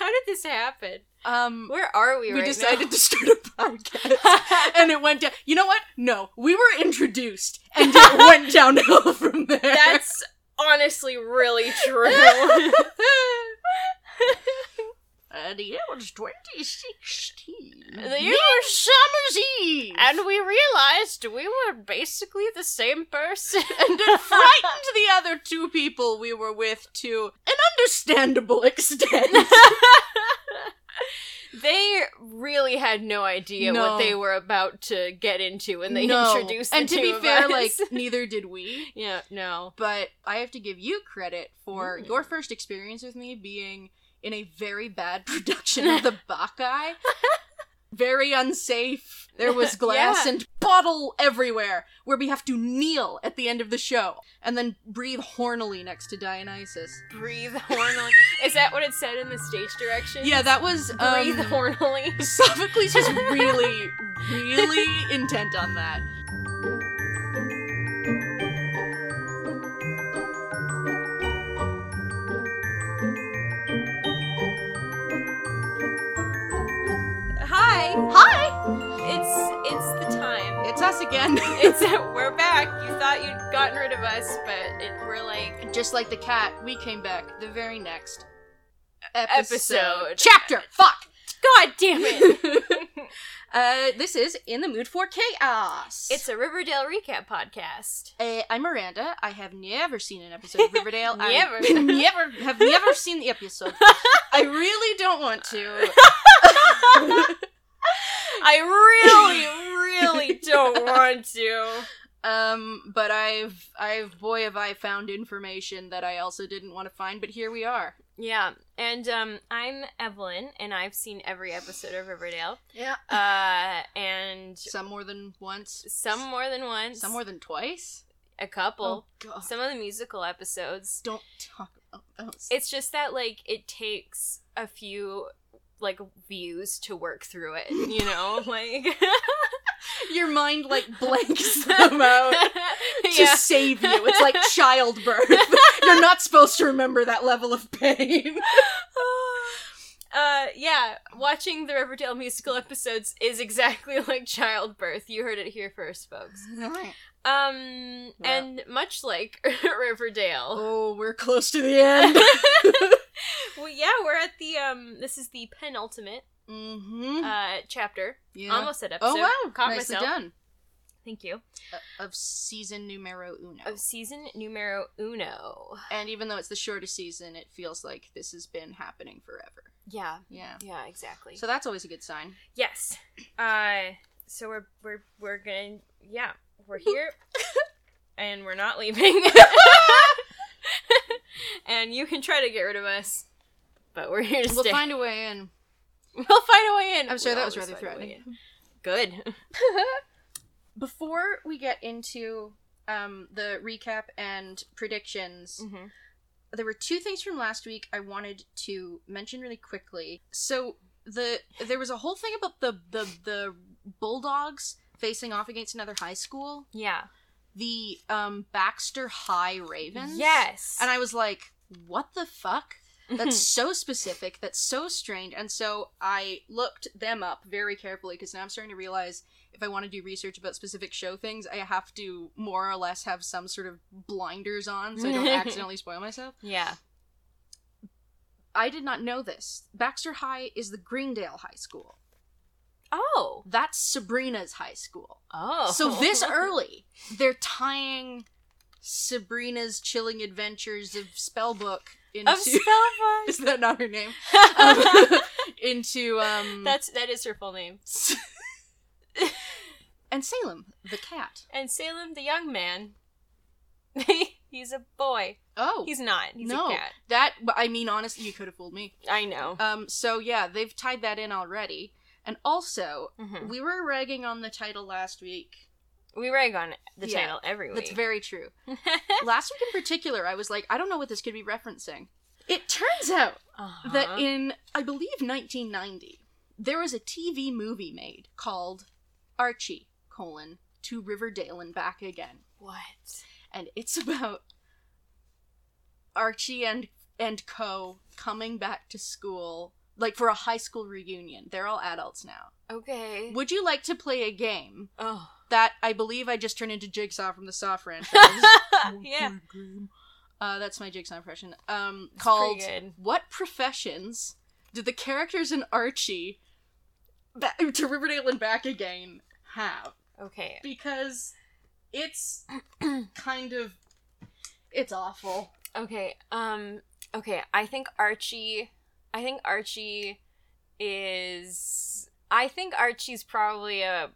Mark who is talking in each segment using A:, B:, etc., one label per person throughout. A: did this happen?
B: Um,
A: Where are we?
B: we
A: right
B: decided
A: now?
B: to start a podcast and it went down you know what no we were introduced and it went downhill from there
A: That's honestly really true.
B: uh, the year was 2016
A: The year
B: summer's eve
A: and we realized we were basically the same person.
B: and it frightened the other two people we were with to an understandable extent
A: they really had no idea
B: No.
A: what they were about to get into when they
B: No.
A: introduced the
B: and to
A: two
B: be
A: of
B: fair
A: us.
B: like neither did we
A: yeah, no.
B: but I have to give you credit for
A: Mm.
B: your first experience with me being in a very bad production of the Bacchae. very unsafe. There was glass
A: Yeah.
B: and bottle everywhere, where we have to kneel at the end of the show and then breathe hornily next to Dionysus.
A: Breathe hornily. Is that what it said in the stage directions?
B: Yeah, that was
A: Breathe
B: um,
A: hornily.
B: Sophocles was really, really intent on that.
A: Hi,
B: Hi,
A: it's it's the time.
B: it's us again.
A: It's we're back. You thought you'd gotten rid of us, but it, we're like
B: Just like the cat, we came back the very next
A: Episode.
B: Chapter! Fuck!
A: God damn it.
B: Uh, this is In the Mood for Chaos.
A: it's a Riverdale recap podcast.
B: Uh, I'm Miranda. I have never seen an episode of Riverdale.
A: Never.
B: I never have never seen the episode. I really don't want to.
A: I really, really don't want to.
B: Um, but I've I've boy have I found information that I also didn't want to find, but here we are.
A: Yeah, and um, I'm Evelyn, and I've seen every episode of Riverdale,
B: Yeah.
A: uh, and
B: Some more than once.
A: some more than once,
B: Some more than twice.
A: a couple,
B: Oh, God.
A: some of the musical episodes.
B: Don't talk about those.
A: It's just that like it takes a few like views to work through it, you know, like
B: Your mind like blanks them out. to
A: yeah.
B: save you. It's like childbirth. You're not supposed to remember that level of pain.
A: Uh, yeah, watching the Riverdale musical episodes is exactly like childbirth. You heard it here first, folks. Um,
B: Well.
A: and much like Riverdale,
B: Oh, we're close to the end. Oh.
A: well, yeah, we're at the um. This is the penultimate
B: mm-hmm.
A: uh chapter.
B: yeah.
A: Almost said episode.
B: oh wow,
A: Caught
B: nicely
A: myself.
B: done.
A: Thank you.
B: Uh, of season numero uno.
A: Of season numero uno.
B: and even though it's the shortest season, it feels like this has been happening forever.
A: Yeah.
B: Yeah.
A: Yeah. Exactly.
B: So that's always a good sign.
A: yes. Uh. So we're we're we're gonna yeah we're here, and we're not leaving. and you can try to get rid of us, but we're here to
B: We'll
A: stay.
B: find a way in.
A: we'll find a way in.
B: I'm sorry,
A: We'll
B: that was
A: always
B: rather
A: find a way
B: threatening.
A: in. Good.
B: Before we get into um, the recap and predictions,
A: Mm-hmm.
B: there were two things from last week I wanted to mention really quickly. So the there was a whole thing about the the the Bulldogs facing off against another high school,
A: Yeah.
B: the um Baxter High Ravens.
A: Yes.
B: And I was like, what the fuck? That's so specific, that's so strange. And so I looked them up very carefully because now I'm starting to realize if I want to do research about specific show things, I have to more or less have some sort of blinders on so I don't accidentally spoil myself.
A: yeah.
B: I did not know this. Baxter High is the Greendale High School.
A: Oh.
B: That's Sabrina's high school.
A: Oh.
B: So this early, they're tying Sabrina's chilling adventures of Spellbook into
A: of Spellbook.
B: Is that not her name? Um, into um
A: That's that is her full name.
B: and Salem the cat.
A: And Salem the young man. he's a boy.
B: Oh,
A: He's not. He's
B: No.
A: a cat.
B: that I mean honestly you could have fooled me.
A: I know.
B: Um so yeah, they've tied that in already. And also,
A: Mhm.
B: we were ragging on the title last week.
A: We rag on the
B: Yeah.
A: title every week.
B: That's very true. last week in particular, I was like, I don't know what this could be referencing. It turns out
A: Uh-huh.
B: that in, I believe, 1990, there was a TV movie made called Archie, colon, to Riverdale and back again.
A: what?
B: And it's about Archie and, and co coming back to school like for a high school reunion. They're all adults now.
A: Okay.
B: Would you like to play a game
A: Oh.
B: that I believe I just turned into Jigsaw from the Saw franchise?
A: yeah.
B: Uh, that's my Jigsaw impression. Um,
A: It's
B: called
A: pretty good.
B: "What professions do the characters in Archie ba- to Riverdale and back again have?"
A: Okay.
B: Because it's kind of it's awful.
A: Okay. Um okay, I think Archie I think Archie is I think Archie's probably a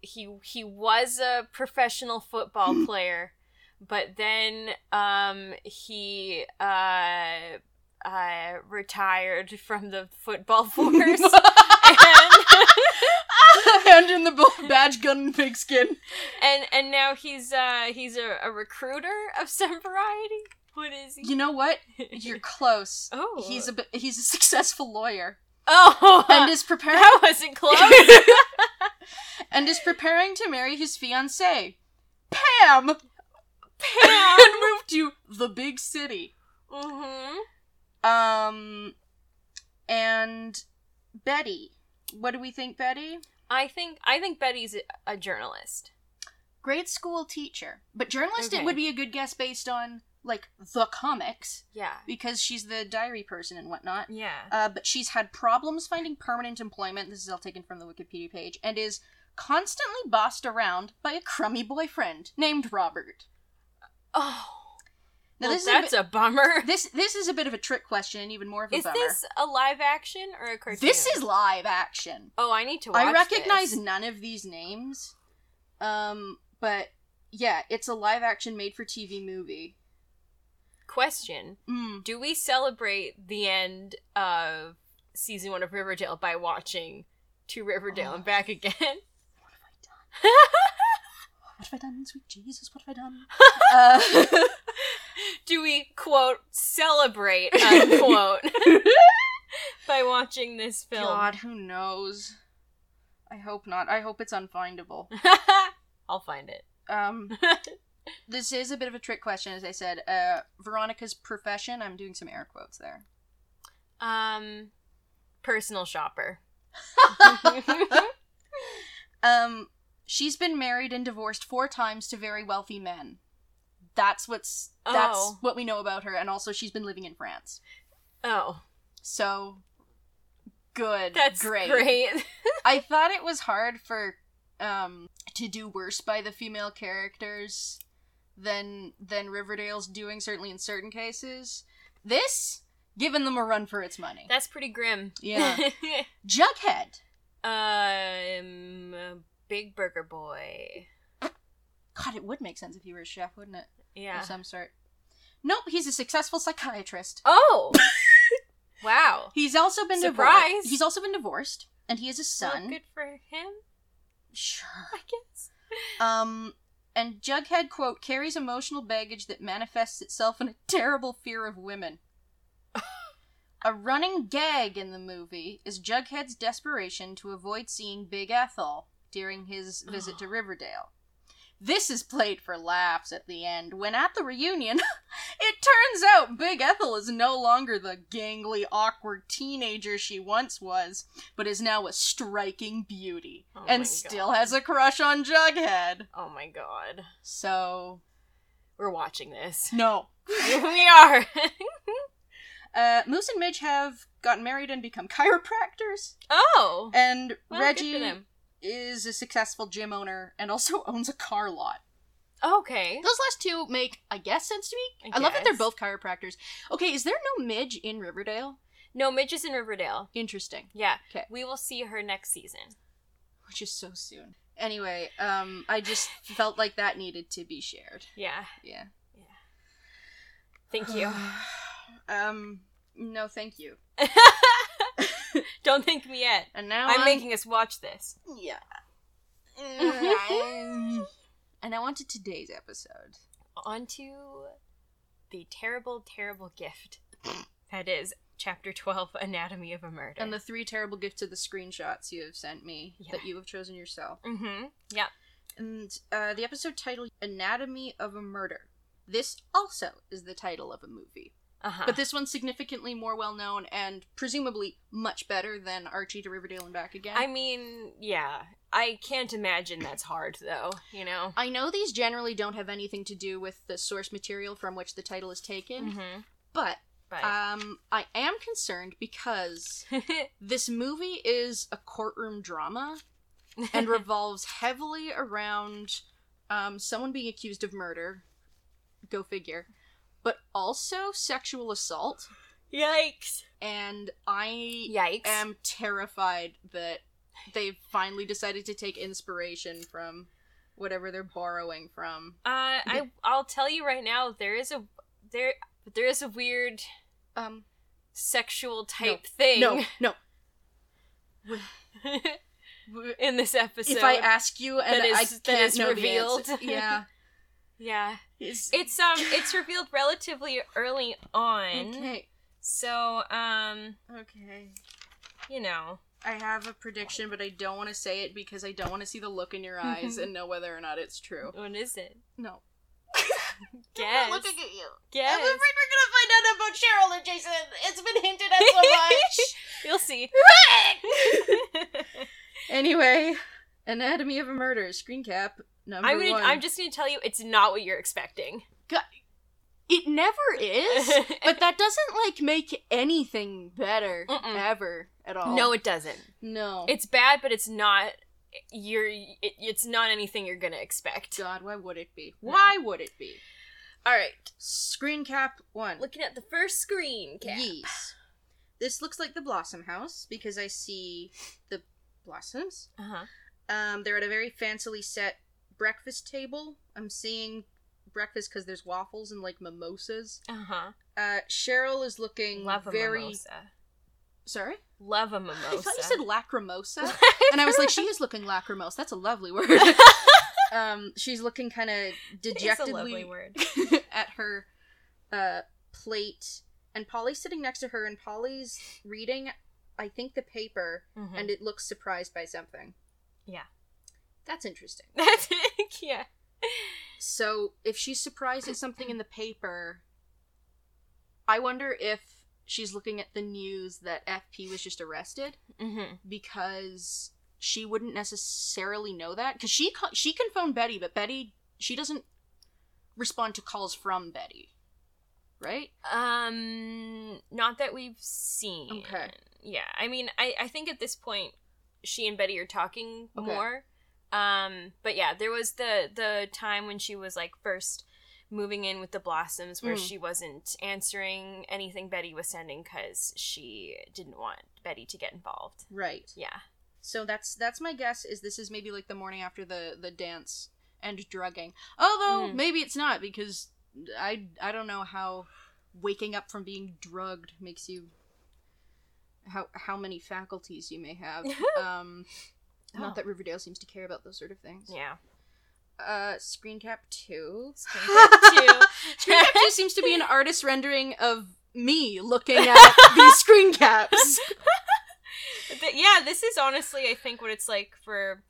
A: he he was a professional football player, but then um he uh uh retired from the football force. and,
B: and in the bo- badge gun and pigskin.
A: and and now he's uh he's a, a recruiter of some variety. What is he?
B: You know what? You're close.
A: oh,
B: He's a bi- he's a successful lawyer
A: oh
B: and is preparing
A: That wasn't close.
B: and is preparing to marry his fiancée,
A: Pam.
B: Pam, and move to the big city.
A: hmm
B: Um, and Betty. What do we think, Betty?
A: I think I think Betty's a, a journalist.
B: Grade school teacher, but journalist.
A: Okay.
B: It would be a good guess based on like the comics
A: Yeah.
B: because she's the diary person and whatnot.
A: Yeah.
B: Uh, but she's had problems finding permanent employment. This is all taken from the Wikipedia page, and is constantly bossed around by a crummy boyfriend named Robert.
A: Oh.
B: Now,
A: well,
B: this is a
A: that's a, bummer.
B: bit- this this is a bit of a trick question, and even more of a
A: Is
B: bummer.
A: this a live action or a cartoon?
B: This is live action.
A: Oh, I need to watch
B: I recognize
A: this.
B: none of these names, um, but yeah, it's a live action made for TV movie.
A: Question:
B: Mm.
A: Do we celebrate the end of season one of Riverdale by watching To Riverdale and Back Again?
B: What have I done? what have I done, sweet Jesus? What have I done? uh,
A: Do we quote celebrate unquote by watching this film?
B: God, who knows? I hope not. I hope it's unfindable.
A: I'll find it.
B: Um, this is a bit of a trick question, as I said. Uh, Veronica's profession. I'm doing some air quotes there.
A: Um, personal shopper.
B: Um, she's been married and divorced four times to very wealthy men. That's what's that's
A: Oh.
B: what we know about her, and also she's been living in France.
A: oh,
B: So good.
A: that's great.
B: great. I thought it was hard for um to do worse by the female characters than than Riverdale's doing certainly in certain cases. This giving them a run for its money.
A: That's pretty grim.
B: Yeah. Jughead.
A: um, Big Burger Boy.
B: God, it would make sense if he were a chef, wouldn't it?
A: Yeah.
B: Of some sort. Nope, he's a successful psychiatrist.
A: Oh. wow.
B: He's also been
A: Surprise!
B: divorced. He's also been divorced, and he has a
A: Well,
B: son.
A: good for him,
B: Sure.
A: I guess.
B: Um, and Jughead quote carries emotional baggage that manifests itself in a terrible fear of women. a running gag in the movie is Jughead's desperation to avoid seeing Big Ethel during his visit to Riverdale. This is played for laughs at the end when at the reunion it turns out Big Ethel is no longer the gangly, awkward teenager she once was, but is now a striking beauty
A: Oh my
B: and still
A: God.
B: has a crush on Jughead.
A: Oh my god.
B: So
A: We're watching this.
B: no.
A: we are.
B: Uh, Moose and Midge have gotten married and become chiropractors,
A: oh.
B: and
A: Well, good for
B: Reggie
A: them.
B: is a successful gym owner and also owns a car lot.
A: Okay.
B: Those last two make, I guess, sense to me. I, love that they're
A: guess.
B: both chiropractors. Okay, is there no Midge in Riverdale?
A: No, Midge is in Riverdale.
B: Interesting.
A: Yeah.
B: 'Kay.
A: We will see her next season.
B: Which is so soon. Anyway, um, I just felt like that needed to be shared.
A: Yeah.
B: Yeah.
A: Thank you.
B: um, no, thank you.
A: Don't thank me yet.
B: And now
A: I'm
B: on-
A: making us watch this.
B: Yeah. and I wanted today's episode.
A: Onto the terrible, terrible gift that is Chapter 12 Anatomy of a Murder.
B: And the three terrible gifts of the screenshots you have sent me
A: Yeah.
B: that you have chosen yourself.
A: mm-hmm. Yeah.
B: And uh, the episode title Anatomy of a Murder. This also is the title of a movie.
A: Uh-huh.
B: But this one's significantly more well known and presumably much better than Archie to Riverdale and back again.
A: I mean, yeah. I can't imagine that's hard though, you know.
B: I know these generally don't have anything to do with the source material from which the title is taken,
A: Mhm.
B: but
A: But
B: um, I am concerned because
A: Uh,
B: this movie is a courtroom drama and revolves heavily around um, someone being accused of murder. Go figure. But also sexual assault,
A: yikes.
B: and I
A: Yikes.
B: am terrified that they've finally decided to take inspiration from whatever they're borrowing from.
A: Uh, I I'll tell you right now, there is a there there is a weird
B: Um,
A: sexual type thing
B: no, no.
A: in this episode.
B: If I ask you, and
A: that is-
B: I
A: that
B: can't
A: is
B: know the
A: revealed.
B: answer. yeah,
A: yeah,
B: it's,
A: it's um it's revealed relatively early on.
B: okay.
A: So um
B: Okay,
A: you know
B: I have a prediction, but I don't want to say it because I don't want to see the look in your eyes and know whether or not it's true.
A: what is it?
B: No.
A: Guess
B: at you.
A: guess
B: we're gonna find out about Cheryl and Jason. It's been hinted at
A: so much. you'll see.
B: anyway, Anatomy of a Murder screen cap number
A: I'm gonna
B: one.
A: I'm just gonna tell you it's not what you're expecting.
B: It never is, but that doesn't like make anything better
A: Mm-mm.
B: ever at all.
A: no, it doesn't.
B: no.
A: It's bad, but it's not. You're. It, it's not anything you're gonna expect.
B: God, why would it be? Why would it be?
A: All right,
B: Screen cap one.
A: looking at the first screen. Kat.
B: Yes. This looks like the Blossom House because I see the blossoms.
A: Uh-huh.
B: Um, they're at a very fancily set breakfast table. I'm seeing breakfast because there's waffles and like mimosas.
A: Uh-huh.
B: Uh, Cheryl is looking
A: Love a
B: very
A: mimosa.
B: sorry.
A: Love a mimosa.
B: I thought you said lacrimosa, and I was like, she is looking lacrimose. That's a lovely word. um, she's looking kind of
A: It's a lovely
B: dejectedly
A: word.
B: at her uh, plate, and Polly's sitting next to her, and Polly's reading, I think, the paper,
A: Mhm.
B: and it looks surprised by something.
A: Yeah.
B: That's interesting.
A: That's yeah.
B: So, if she's surprised at something in the paper, I wonder if she's looking at the news that FP was just arrested
A: Mm-hmm.
B: because she wouldn't necessarily know that because she ca- she can phone Betty, but Betty she doesn't respond to calls from Betty, right?
A: Um, not that we've seen.
B: Okay.
A: Yeah, I mean, I I think at this point, she and Betty are talking
B: Okay.
A: more. Um, but yeah, there was the the time when she was like first moving in with the blossoms where
B: Mm.
A: she wasn't answering anything Betty was sending because she didn't want Betty to get involved.
B: Right.
A: Yeah.
B: So that's that's my guess is this is maybe like the morning after the the dance and drugging. Although
A: Mm.
B: maybe it's not because I I don't know how waking up from being drugged makes you how how many faculties you may have. um
A: Oh.
B: not that Riverdale seems to care about those sort of things.
A: Yeah.
B: Uh screen cap 2.
A: Screen cap two.
B: screen cap 2 seems to be an artist rendering of me looking at these screen caps.
A: But yeah, this is honestly, I think, what it's like for,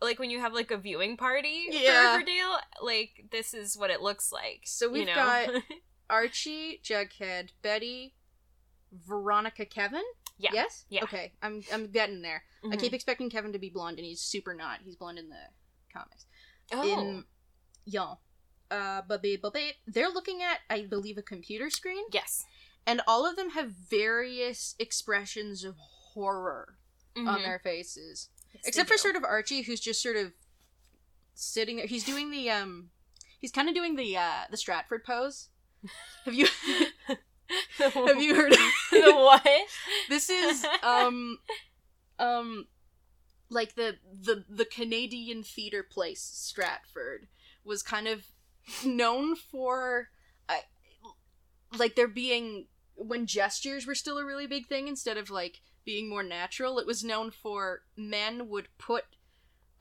A: like when you have like a viewing party
B: Yeah.
A: for Riverdale. Like this is what it looks like.
B: So we've
A: you know?
B: got- Archie, Jughead, Betty, Veronica, Kevin.
A: Yeah.
B: Yes.
A: Yeah.
B: Okay. I'm I'm getting there. I
A: Mhm.
B: keep expecting Kevin to be blonde, and he's super not. He's blonde in the comics.
A: oh
B: In y'all. Uh, bubby, bubby. They're looking at, I believe, a computer screen,
A: Oh, yes,
B: and all of them have various expressions of horror on
A: Mhm.
B: their faces,
A: Yes, they
B: except for
A: do.
B: sort of Archie, who's just sort of sitting there. He's doing the um, he's kind of doing the uh the Stratford pose. Have you Have you Oh, heard?
A: the what?
B: this is um um like the the the Canadian theater place Stratford was kind of known for I like there being when gestures were still a really big thing instead of like being more natural it was known for men would put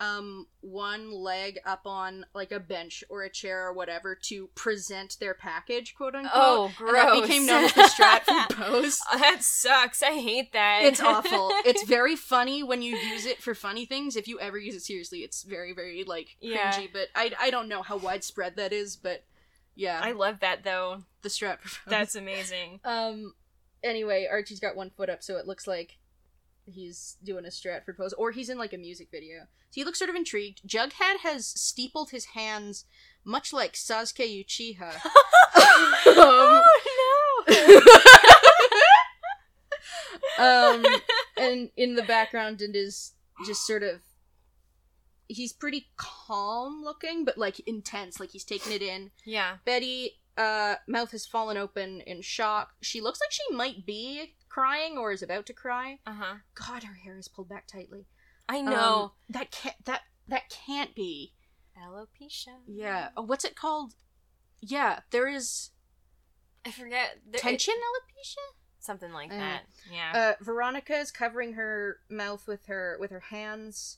B: um one leg up on like a bench or a chair or whatever to present their package quote unquote
A: Oh, gross!
B: and that became known as the Stratford pose.
A: Oh, that sucks. I hate that.
B: It's awful. It's very funny when you use it for funny things. If you ever use it seriously, it's very, very like cringy.
A: Yeah.
B: But I, I don't know how widespread that is, but Yeah,
A: I love that though.
B: the strap. performance.
A: That's amazing.
B: Um. Anyway, Archie's got one foot up, so it looks like he's doing a Stratford pose, or he's in like a music video. So he looks sort of intrigued. Jughead has steepled his hands, much like Sasuke Um, Uchiha.
A: oh no.
B: um, and in the background, it is just sort of. He's pretty calm looking, but like intense. Like he's taking it in.
A: yeah.
B: Betty, uh, mouth has fallen open in shock. She looks like she might be crying or is about to cry.
A: Uh huh.
B: God, her hair is pulled back tightly.
A: I
B: Um,
A: know.
B: that can't. That that can't be.
A: Alopecia.
B: Yeah. Oh, what's it called? Yeah, there is
A: I forget. There- it-
B: tension alopecia.
A: something like
B: Uh,
A: that. Yeah.
B: Uh, Veronica is covering her mouth with her with her hands,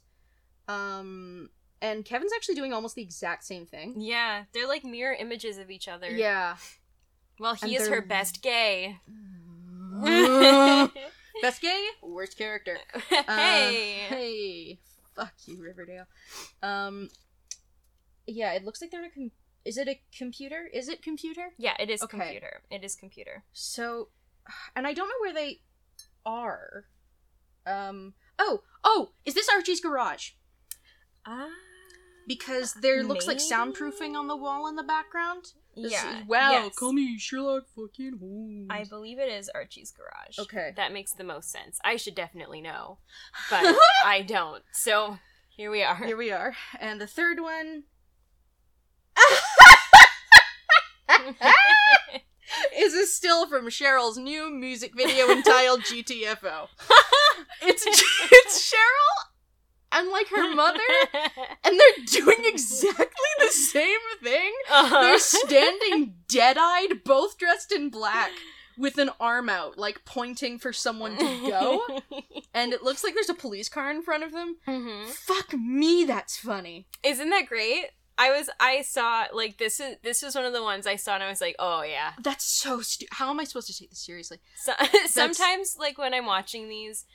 B: um, and Kevin's actually doing almost the exact same thing.
A: yeah. They're like mirror images of each other.
B: Yeah.
A: Well, he
B: And
A: is her
B: they're-
A: best gay.
B: Best gay, worst character. Uh,
A: hey.
B: hey, fuck you, Riverdale. Um, yeah, it looks like they're in a. Com- is it a computer? Is it computer?
A: Yeah, it is
B: Okay.
A: computer. It is computer.
B: So, and I don't know where they are. Um. Oh, oh, is this Archie's garage?
A: Ah.
B: Because there looks like
A: Maybe?
B: soundproofing on the wall in the background. This-
A: yeah.
B: Wow.
A: yes.
B: Call me Sherlock fucking Holmes.
A: I believe it is Archie's garage.
B: Okay.
A: That makes the most sense. I should definitely know, but I don't. So here we are.
B: Here we are, and the third one is a still from Cheryl's new music video entitled GTFO. It's it's Cheryl and like her mother, and they're doing exactly the same thing.
A: Uh-huh.
B: They're standing dead-eyed, both dressed in black, with an arm out, like pointing for someone to go. And it looks like there's a police car in front of them.
A: Mhm.
B: Fuck me, that's funny.
A: Isn't that great? I was I saw like this is this is one of the ones I saw and I was like, "Oh yeah."
B: That's so stupid. How am I supposed to take this seriously?
A: So, sometimes like when I'm watching these,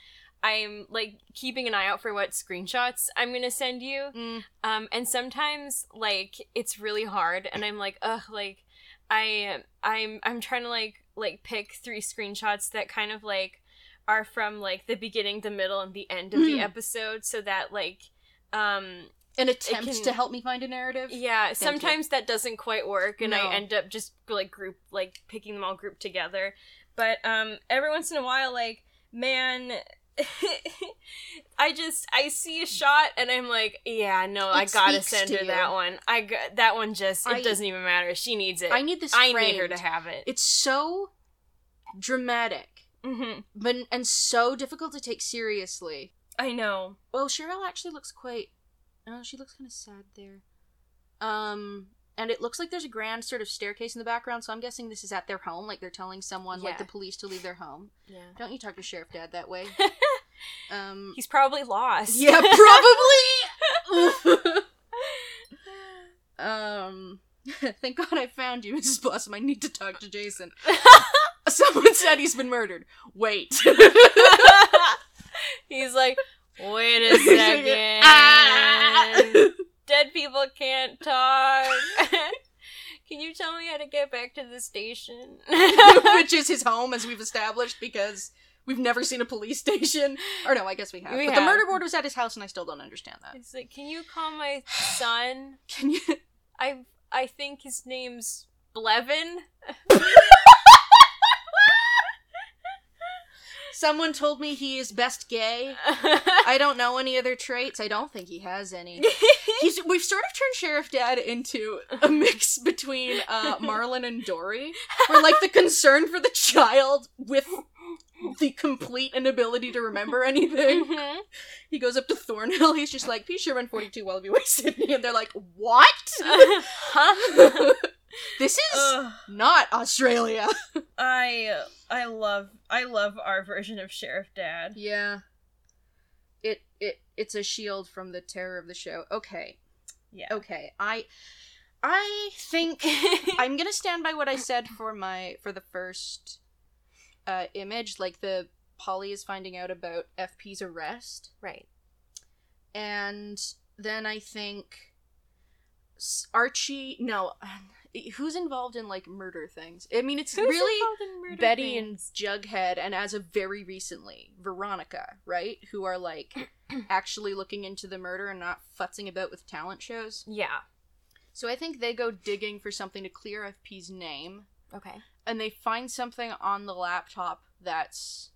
A: I'm like keeping an eye out for what screenshots I'm going to send you. Um, and sometimes like it's really hard, and I'm like, ugh, like I I'm I'm trying to like like pick three screenshots that kind of like are from like the beginning, the middle, and the end of the
B: Mhm.
A: episode, so that like um
B: An attempt
A: can-
B: to help me find a narrative.
A: yeah
B: you.
A: sometimes that doesn't quite work and
B: No.
A: i end up just like group like picking them all grouped together but um every once in a while like man i just i see a shot and i'm like yeah no
B: It
A: i gotta
B: speaks
A: send
B: to
A: her
B: you.
A: that one i got that one just it
B: I-
A: doesn't even matter she needs it
B: I need this.
A: I
B: framed.
A: need her to have it
B: It's so dramatic,
A: hmm
B: but and so difficult to take seriously.
A: i know
B: Well, Cheryl actually looks quite. Oh, she looks kind of sad there. Um, and it looks like there's a grand sort of staircase in the background, so I'm guessing this is at their home. Like they're telling someone, like
A: Yeah.
B: the police, to leave their home.
A: yeah
B: Don't you talk to Sheriff Dad that way? Um,
A: he's probably lost
B: yeah, probably. um, thank God I found you, Mrs. Blossom. I need to talk to Jason. Someone said he's been murdered. Wait.
A: he's like wait a second
B: Ah!
A: dead people can't talk. Can you tell me how to get back to the station?
B: Ah. which is his home, as we've established, because we've never seen a police station. Or no, I guess we have.
A: We
B: but the
A: have.
B: murder board was at his house, and I still don't understand that.
A: He's like, "Can you call my son?
B: Can you?
A: I I think his name's Blevin."
B: Someone told me he is best gay. I don't know any other traits. I don't think he has any. He's, we've sort of turned Sheriff Dad into a mix between uh, Marlon and Dory. We're like the concern for the child with the complete inability to remember anything.
A: Mhm.
B: He goes up to Thornhill. He's just like, please sure run 42 while we wait Sydney. And they're like, what?
A: huh?
B: this is not Australia.
A: I I love I love our version of Sheriff Dad.
B: Yeah. It it it's a shield from the terror of the show. Okay.
A: Yeah.
B: Okay. I I think I'm going to stand by what I said for my for the first uh image like the Polly is finding out about FP's arrest
A: right.
B: and then I think S- Archie, no, who's involved in like murder things? I mean, it's
A: Who's
B: really
A: involved in murder
B: Betty
A: things?
B: and Jughead, and as of very recently, Veronica, right? Who are like actually looking into the murder and not futzing about with talent shows.
A: Yeah.
B: So I think they go digging for something to clear FP's name,
A: Okay.
B: and they find something on the laptop that's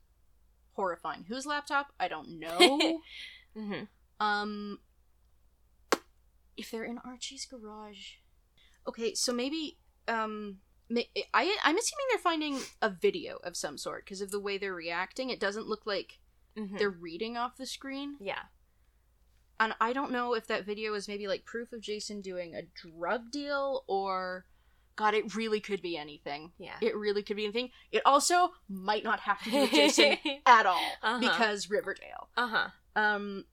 B: horrifying. Whose laptop? I don't know.
A: hmm
B: Um, if they're in Archie's garage, okay. So maybe um, ma- I I'm assuming they're finding a video of some sort because of the way they're reacting. It doesn't look like
A: hmm
B: they're reading off the screen,
A: Yeah.
B: and I don't know if that video is maybe like proof of Jason doing a drug deal or. God, it really could be anything.
A: Yeah.
B: It really could be anything. It also might not have to do with Jason at all
A: Uh-huh.
B: because Riverdale.
A: uh huh.
B: Um,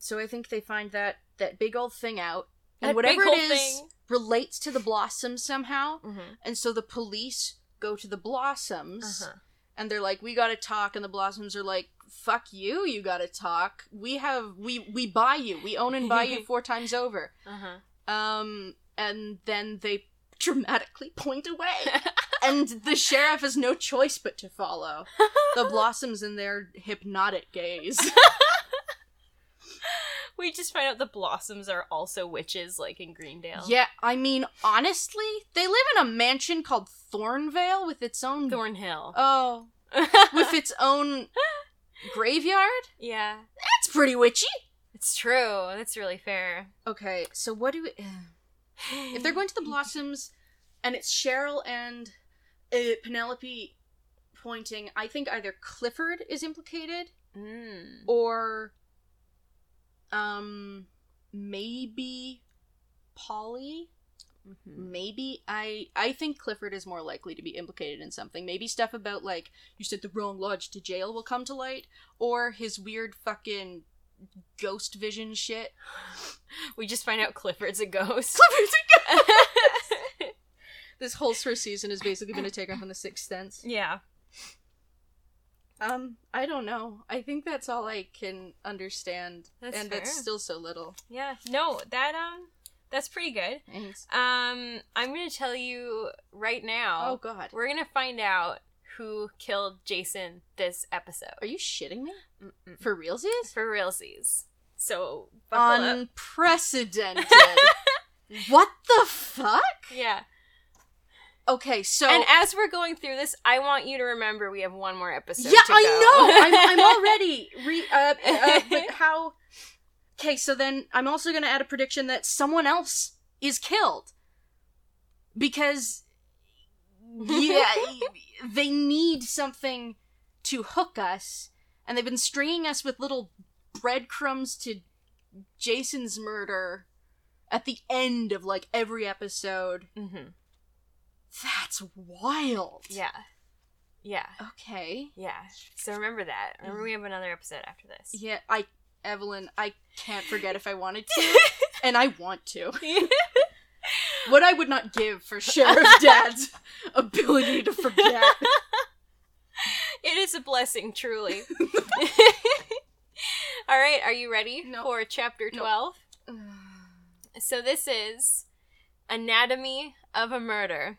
B: so I think they find that that big old thing out, and
A: That
B: whatever
A: big
B: it
A: old
B: is mm-hmm. relates to the blossoms somehow.
A: thing. Mhm.
B: And so the police go to the blossoms,
A: Uh-huh.
B: and they're like, "We got to talk." And the blossoms are like, "Fuck you! You got to talk. We have we we buy you. We own and buy you four times over."
A: Uh-huh.
B: Um, and then they dramatically point away, and the sheriff has no choice but to follow the blossoms in their hypnotic gaze.
A: We just find out the blossoms are also witches, like in Greendale.
B: Yeah, I mean, honestly, they live in a mansion called Thornvale with its own
A: Thornhill.
B: oh, with its own graveyard.
A: yeah.
B: That's pretty witchy.
A: It's true. That's really fair.
B: Okay, so what do we? If they're going to the Blossoms, and it's Cheryl and uh, Penelope pointing, I think either Clifford is implicated
A: Mm.
B: or um maybe Polly.
A: Mhm.
B: maybe i i think clifford is more likely to be implicated in something maybe stuff about like you sent the wrong lodge to jail will come to light or his weird fucking ghost vision shit
A: We just find out Clifford's a ghost.
B: clifford's this whole first season is basically going to take off on the sixth sense
A: yeah.
B: um i don't know i think that's all i can understand
A: That's
B: and that's
A: fair.
B: still so little
A: Yeah. No, that um that's pretty good.
B: Thanks.
A: Um I'm going to tell you right now.
B: oh god
A: We're going to find out who killed Jason this episode.
B: are you shitting me
A: Mm-mm.
B: for realsies
A: For realsies. So, buckle up.
B: unprecedented what the fuck
A: Yeah.
B: okay so
A: and as we're going through this, I want you to remember we have one more episode.
B: yeah,
A: to
B: I
A: go.
B: know. I'm, I'm already re. Uh, uh, but how? Okay, so then I'm also going to add a prediction that someone else is killed because yeah, they need something to hook us, and they've been stringing us with little breadcrumbs to Jason's murder at the end of like every episode.
A: hmm
B: That's wild.
A: Yeah. Yeah.
B: Okay.
A: Yeah. So remember that. Remember we have another episode after this.
B: Yeah, I Evelyn, I can't forget if I wanted to, and I want to. What I would not give for Sheriff Dad's ability to forget.
A: it is a blessing, truly. All right, are you ready
B: No.
A: for chapter
B: No.
A: 12? So this is Anatomy of a Murder.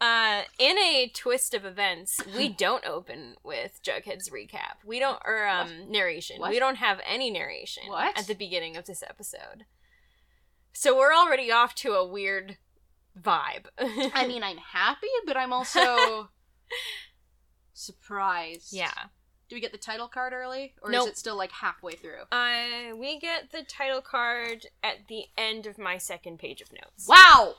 A: Uh, in a twist of events, we don't open with Jughead's recap. We don't, or um, narration.
B: What?
A: We don't have any narration
B: What?
A: at the beginning of this episode. So we're already off to a weird vibe.
B: I mean, I'm happy, but I'm also surprised.
A: yeah.
B: Do we get the title card early, or
A: Nope.
B: is it still like halfway through?
A: Uh, we get the title card at the end of my second page of notes.
B: Wow.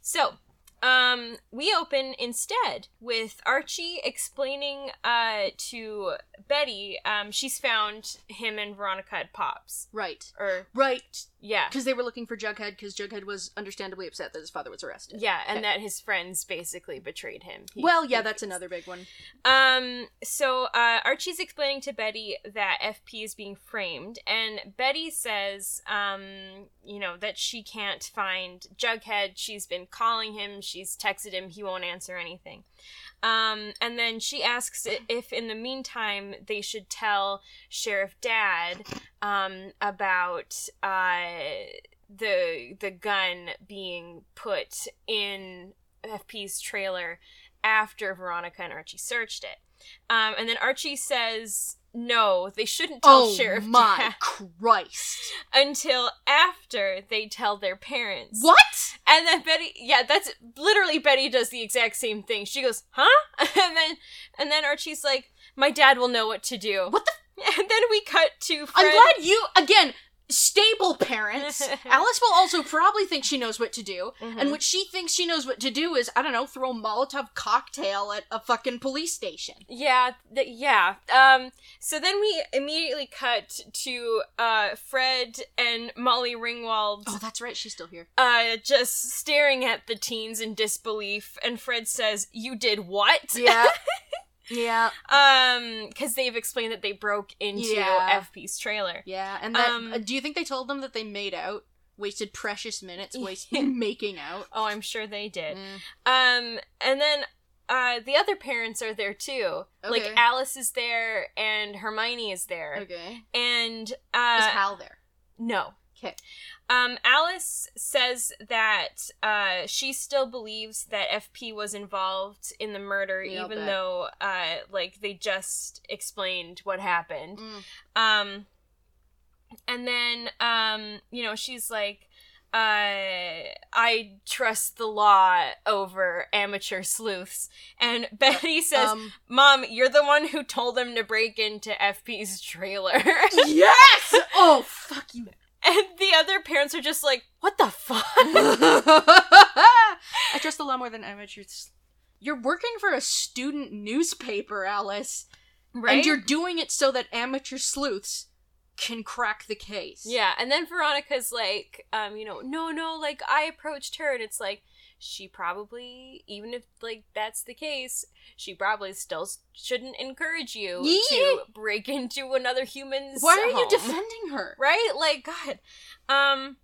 A: So, um, we open instead with Archie explaining uh, to Betty um, she's found him and Veronica at Pops.
B: Right.
A: Or,
B: Right.
A: yeah.
B: Because they were looking for Jughead, because Jughead was understandably upset that his father was arrested.
A: Yeah, and
B: Okay.
A: that his friends basically betrayed him. He-
B: Well, yeah,
A: he-
B: that's another big one.
A: Um, so uh, Archie's explaining to Betty that FP is being framed, and Betty says, um, you know, that she can't find Jughead. She's been calling him, she's texted him, he won't answer anything. Um, and then she asks i- if, in the meantime, they should tell Sheriff Dad um, about uh, the the gun being put in FP's trailer after Veronica and Archie searched it. Um, and then Archie says, "No, they shouldn't tell
B: oh
A: Sheriff
B: my
A: Dad
B: Christ!
A: until after they tell their parents."
B: What?
A: And then Betty, yeah, that's literally Betty does the exact same thing. She goes, "Huh?" And then, and then Archie's like, "My dad will know what to do."
B: What
A: And then we cut to Fred.
B: I'm glad you again stable parents. Alice will also probably think she knows what to do,
A: Mhm.
B: and what she thinks she knows what to do is I don't know, throw a Molotov cocktail at a fucking police station.
A: yeah, th- yeah. Um, so then we immediately cut to uh, Fred and Molly Ringwald
B: Oh, that's right, she's still here.
A: uh, just staring at the teens in disbelief. And Fred says, "You did what?"
B: Yeah. yeah.
A: Um, because they've explained that they broke into
B: Yeah.
A: FP's trailer.
B: Yeah, and that,
A: Um,
B: uh, do you think they told them that they made out? Wasted precious minutes wasted making out.
A: Oh, I'm sure they did.
B: Mm.
A: Um, and then uh, the other parents are there too.
B: Okay.
A: Like Alice is there and Hermione is there.
B: Okay.
A: And
B: Is
A: uh,
B: Hal there?
A: no.
B: 'Kay.
A: Um, Alice says that uh, she still believes that FP was involved in the murder,
B: Yeah, I'll
A: even
B: bet.
A: though uh, like they just explained what happened.
B: Mm.
A: Um, and then, um, you know, she's like, uh, I trust the law over amateur sleuths. And Betty says,
B: Um,
A: Mom, you're the one who told them to break into FP's trailer.
B: yes. Oh fuck you.
A: and the other parents are just like, What the fuck?
B: I trust the law more than amateur. s- You're working for a student newspaper, Alice,
A: Right?
B: and you're doing it so that amateur sleuths can crack the case.
A: yeah. And then Veronica's like, um, you know, no, no, like I approached her, and it's like, she probably, even if like that's the case, she probably still s- shouldn't encourage you
B: Yeah.
A: to break into another human's.
B: Why are you
A: home.
B: defending her?
A: right like god um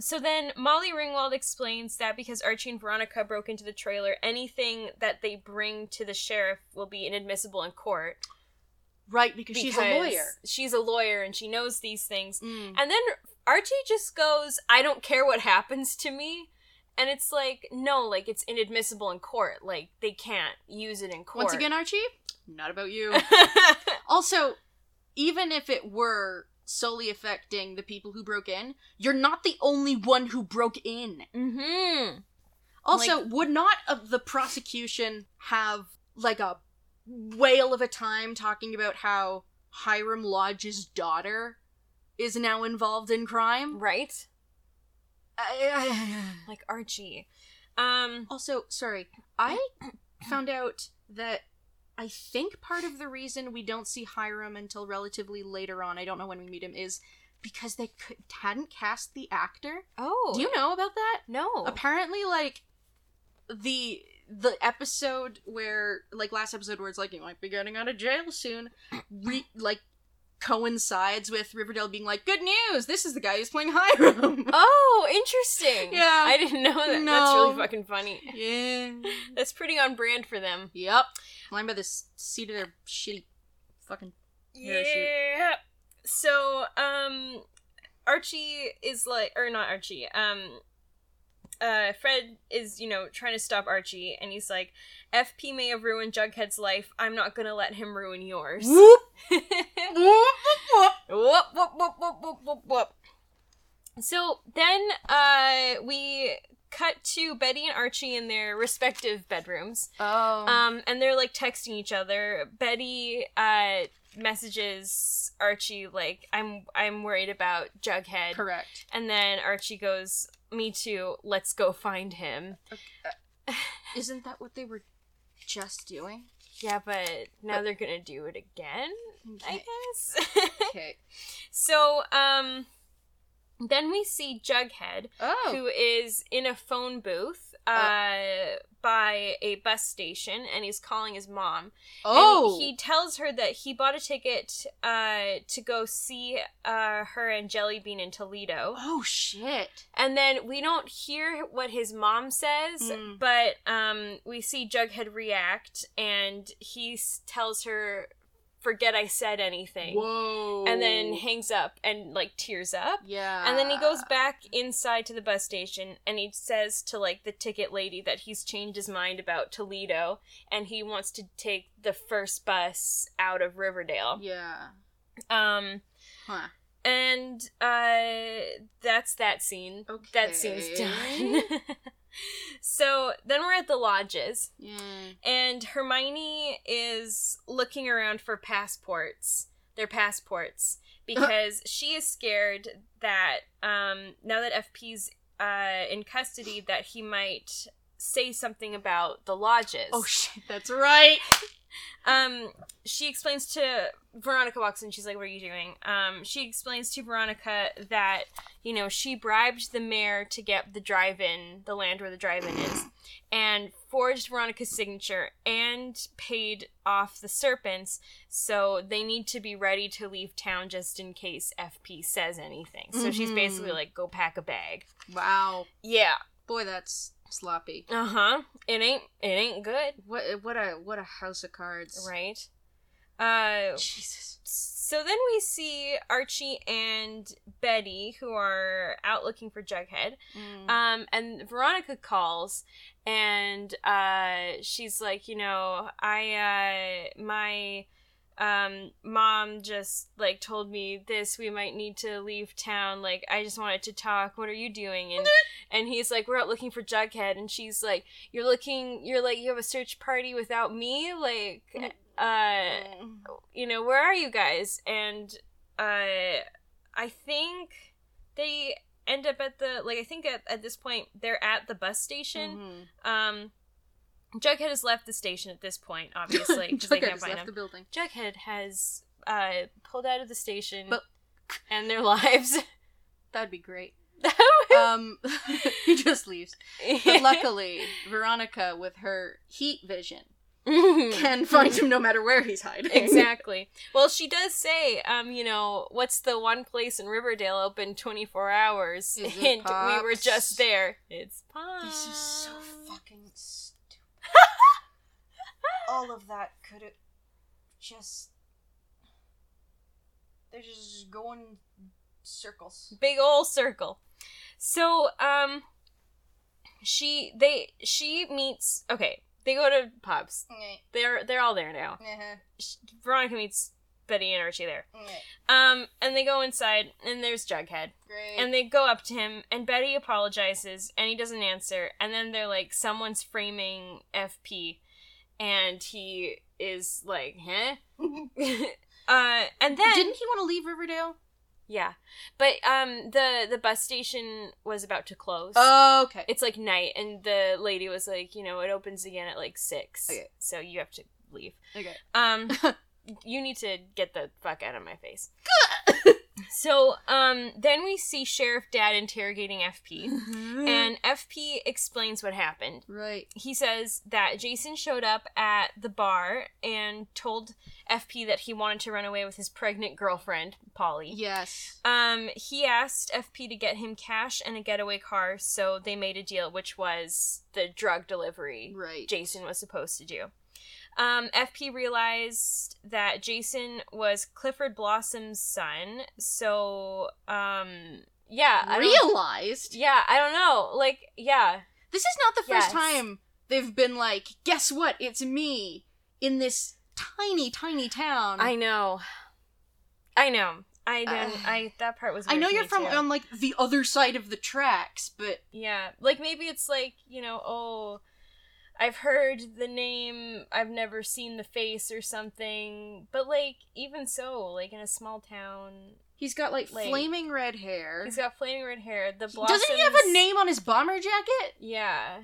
A: so then molly ringwald explains that because archie and veronica broke into the trailer anything that they bring to the sheriff will be inadmissible in court
B: Right, because, she's a
A: because
B: lawyer.
A: she's a lawyer and she knows these things
B: Mm.
A: and then archie just goes i don't care what happens to me and it's like no like it's inadmissible in court like they can't use it in court
B: Once again, Archie, not about you. also, even if it were solely affecting the people who broke in, you're not the only one who broke in.
A: mm-hmm
B: Also, would not uh, the prosecution have like a whale of a time talking about how Hiram Lodge's daughter is now involved in crime?
A: right
B: I- I-
A: like archie um
B: also, sorry, I found out that I think part of the reason we don't see Hiram until relatively later on, I don't know when we meet him, is because they could, hadn't cast the actor.
A: oh
B: Do you know about that?
A: no
B: apparently like the the episode where like last episode where it's like you might be getting out of jail soon re- like coincides with riverdale being like good news this is the guy who's playing hiram
A: Oh, interesting.
B: Yeah.
A: I didn't know that. That's
B: No.
A: really fucking funny.
B: yeah
A: That's pretty on brand for them.
B: yep lined by the s- seat of their shitty fucking Parachute.
A: Yeah. So, um, Archie is like, or not Archie, um, uh, Fred is, you know, trying to stop Archie, and he's like, FP may have ruined Jughead's life. I'm not gonna let him ruin yours.
B: whoop
A: whoop,
B: whoop whoop
A: whoop, whoop, whoop, whoop, whoop, whoop. So then, uh, we cut to Betty and Archie in their respective bedrooms.
B: oh
A: Um, and they're like texting each other. Betty uh messages Archie like, "I'm I'm worried about Jughead,"
B: correct
A: and then Archie goes, "Me too. Let's go find him."
B: isn't that what they were just doing
A: Yeah, but now they're gonna do it again, I guess.
B: okay
A: so, um, then we see Jughead,
B: oh
A: who is in a phone booth. uh, by a bus station and he's calling his mom.
B: Oh,
A: And he tells her that he bought a ticket uh, to go see uh, her and Jellybean in Toledo.
B: oh shit.
A: And then we don't hear what his mom says,
B: Mm.
A: but um, we see Jughead react and he s- tells her, Forget I said anything.
B: Whoa.
A: And then hangs up and like tears up.
B: yeah,
A: And then he goes back inside to the bus station and he says to like the ticket lady that he's changed his mind about Toledo and he wants to take the first bus out of Riverdale.
B: Yeah.
A: Um
B: Huh.
A: and uh that's that scene.
B: Okay.
A: That scene's done. so then we're at the lodges
B: Yeah.
A: and Hermione is looking around for passports, their passports, because she is scared that um, now that FP's uh, in custody, that he might say something about the lodges.
B: Oh shit. That's right.
A: Um, she explains to Veronica walks in. She's like, "What are you doing?" Um, she explains to Veronica that you know she bribed the mayor to get the drive-in, the land where the drive-in is, and forged Veronica's signature and paid off the serpents. So they need to be ready to leave town just in case FP says anything. So she's
B: Mhm.
A: basically like, "Go pack a bag."
B: Wow.
A: Yeah.
B: Boy, that's sloppy.
A: Uh huh. It ain't. It ain't good.
B: What what a what a house of cards. Mm.
A: Right. Uh.
B: Jesus.
A: So then we see Archie and Betty, who are out looking for Jughead.
B: Mm.
A: Um, and Veronica calls, and uh, she's like, you know, I, uh, my um mom just like told me this we might need to leave town like i just wanted to talk what are you doing and and he's like we're out looking for jughead and she's like you're looking you're like you have a search party without me like uh
B: Mm-hmm.
A: you know, where are you guys? And uh, I think they end up at the like I think at, at this point they're at the bus station.
B: Mhm.
A: Um, Jughead has left the station at this point, obviously, because they
B: Jughead
A: can't
B: has
A: find
B: left
A: him.
B: the building.
A: Jughead has uh, pulled out of the station
B: But-
A: and their lives.
B: That'd be great. um, he just leaves. But luckily, Veronica, with her heat vision, can find him no matter where he's hiding.
A: Mm. exactly. Well, she does say, um, you know, what's the one place in Riverdale open 24 hours?
B: Is it
A: and we were
B: Pops?
A: just there. It's Pops.
B: This is so fucking stupid. All of that could have just. They're just going circles.
A: big old circle. So, um she they she meets okay, they go to Pops.
C: Mm-hmm.
A: They're they're all there now. Sh Veronica meets Betty and Archie there.
B: Mm.
A: Um and they go inside and there's Jughead.
B: Great.
A: And they go up to him, and Betty apologizes, and he doesn't answer. And then they're like, someone's framing FP, and he is like, huh? uh, and then
B: Didn't he want to leave Riverdale?
A: yeah, but um, the the bus station was about to close.
B: Oh. Okay.
A: It's like night, and the lady was like, you know, it opens again at like six,
B: Okay.
A: so you have to leave.
B: okay.
A: Um, you need to get the fuck out of my face. so, um, then we see Sheriff Dad interrogating FP. And FP explains what happened.
B: Mm-hmm. right.
A: He says that Jason showed up at the bar and told FP that he wanted to run away with his pregnant girlfriend, Polly.
B: Yes.
A: Um, he asked FP to get him cash and a getaway car, so they made a deal, which was the drug delivery
B: Right.
A: Jason was supposed to do. Um, FP realized that Jason was Clifford Blossom's son, so um, yeah, I don't-
B: realized.
A: yeah, I don't know. Like, yeah.
B: This is not the
A: Yes.
B: first time they've been like, guess what? It's me in this tiny, tiny town.
A: know. I know. I
B: Um, Uh,
A: don't. I that part was.
B: I
A: weird
B: know
A: for
B: you're
A: me,
B: from
A: too.
B: on like the other side of the tracks, but
A: yeah, like maybe it's like you know. Oh, I've heard the name. I've never seen the face or something. But like, even so, like in a small town,
B: he's got like
A: Like-
B: flaming red hair.
A: he's got flaming red hair. The blossoms.
B: Doesn't he have a name on his bomber jacket?
A: Yeah.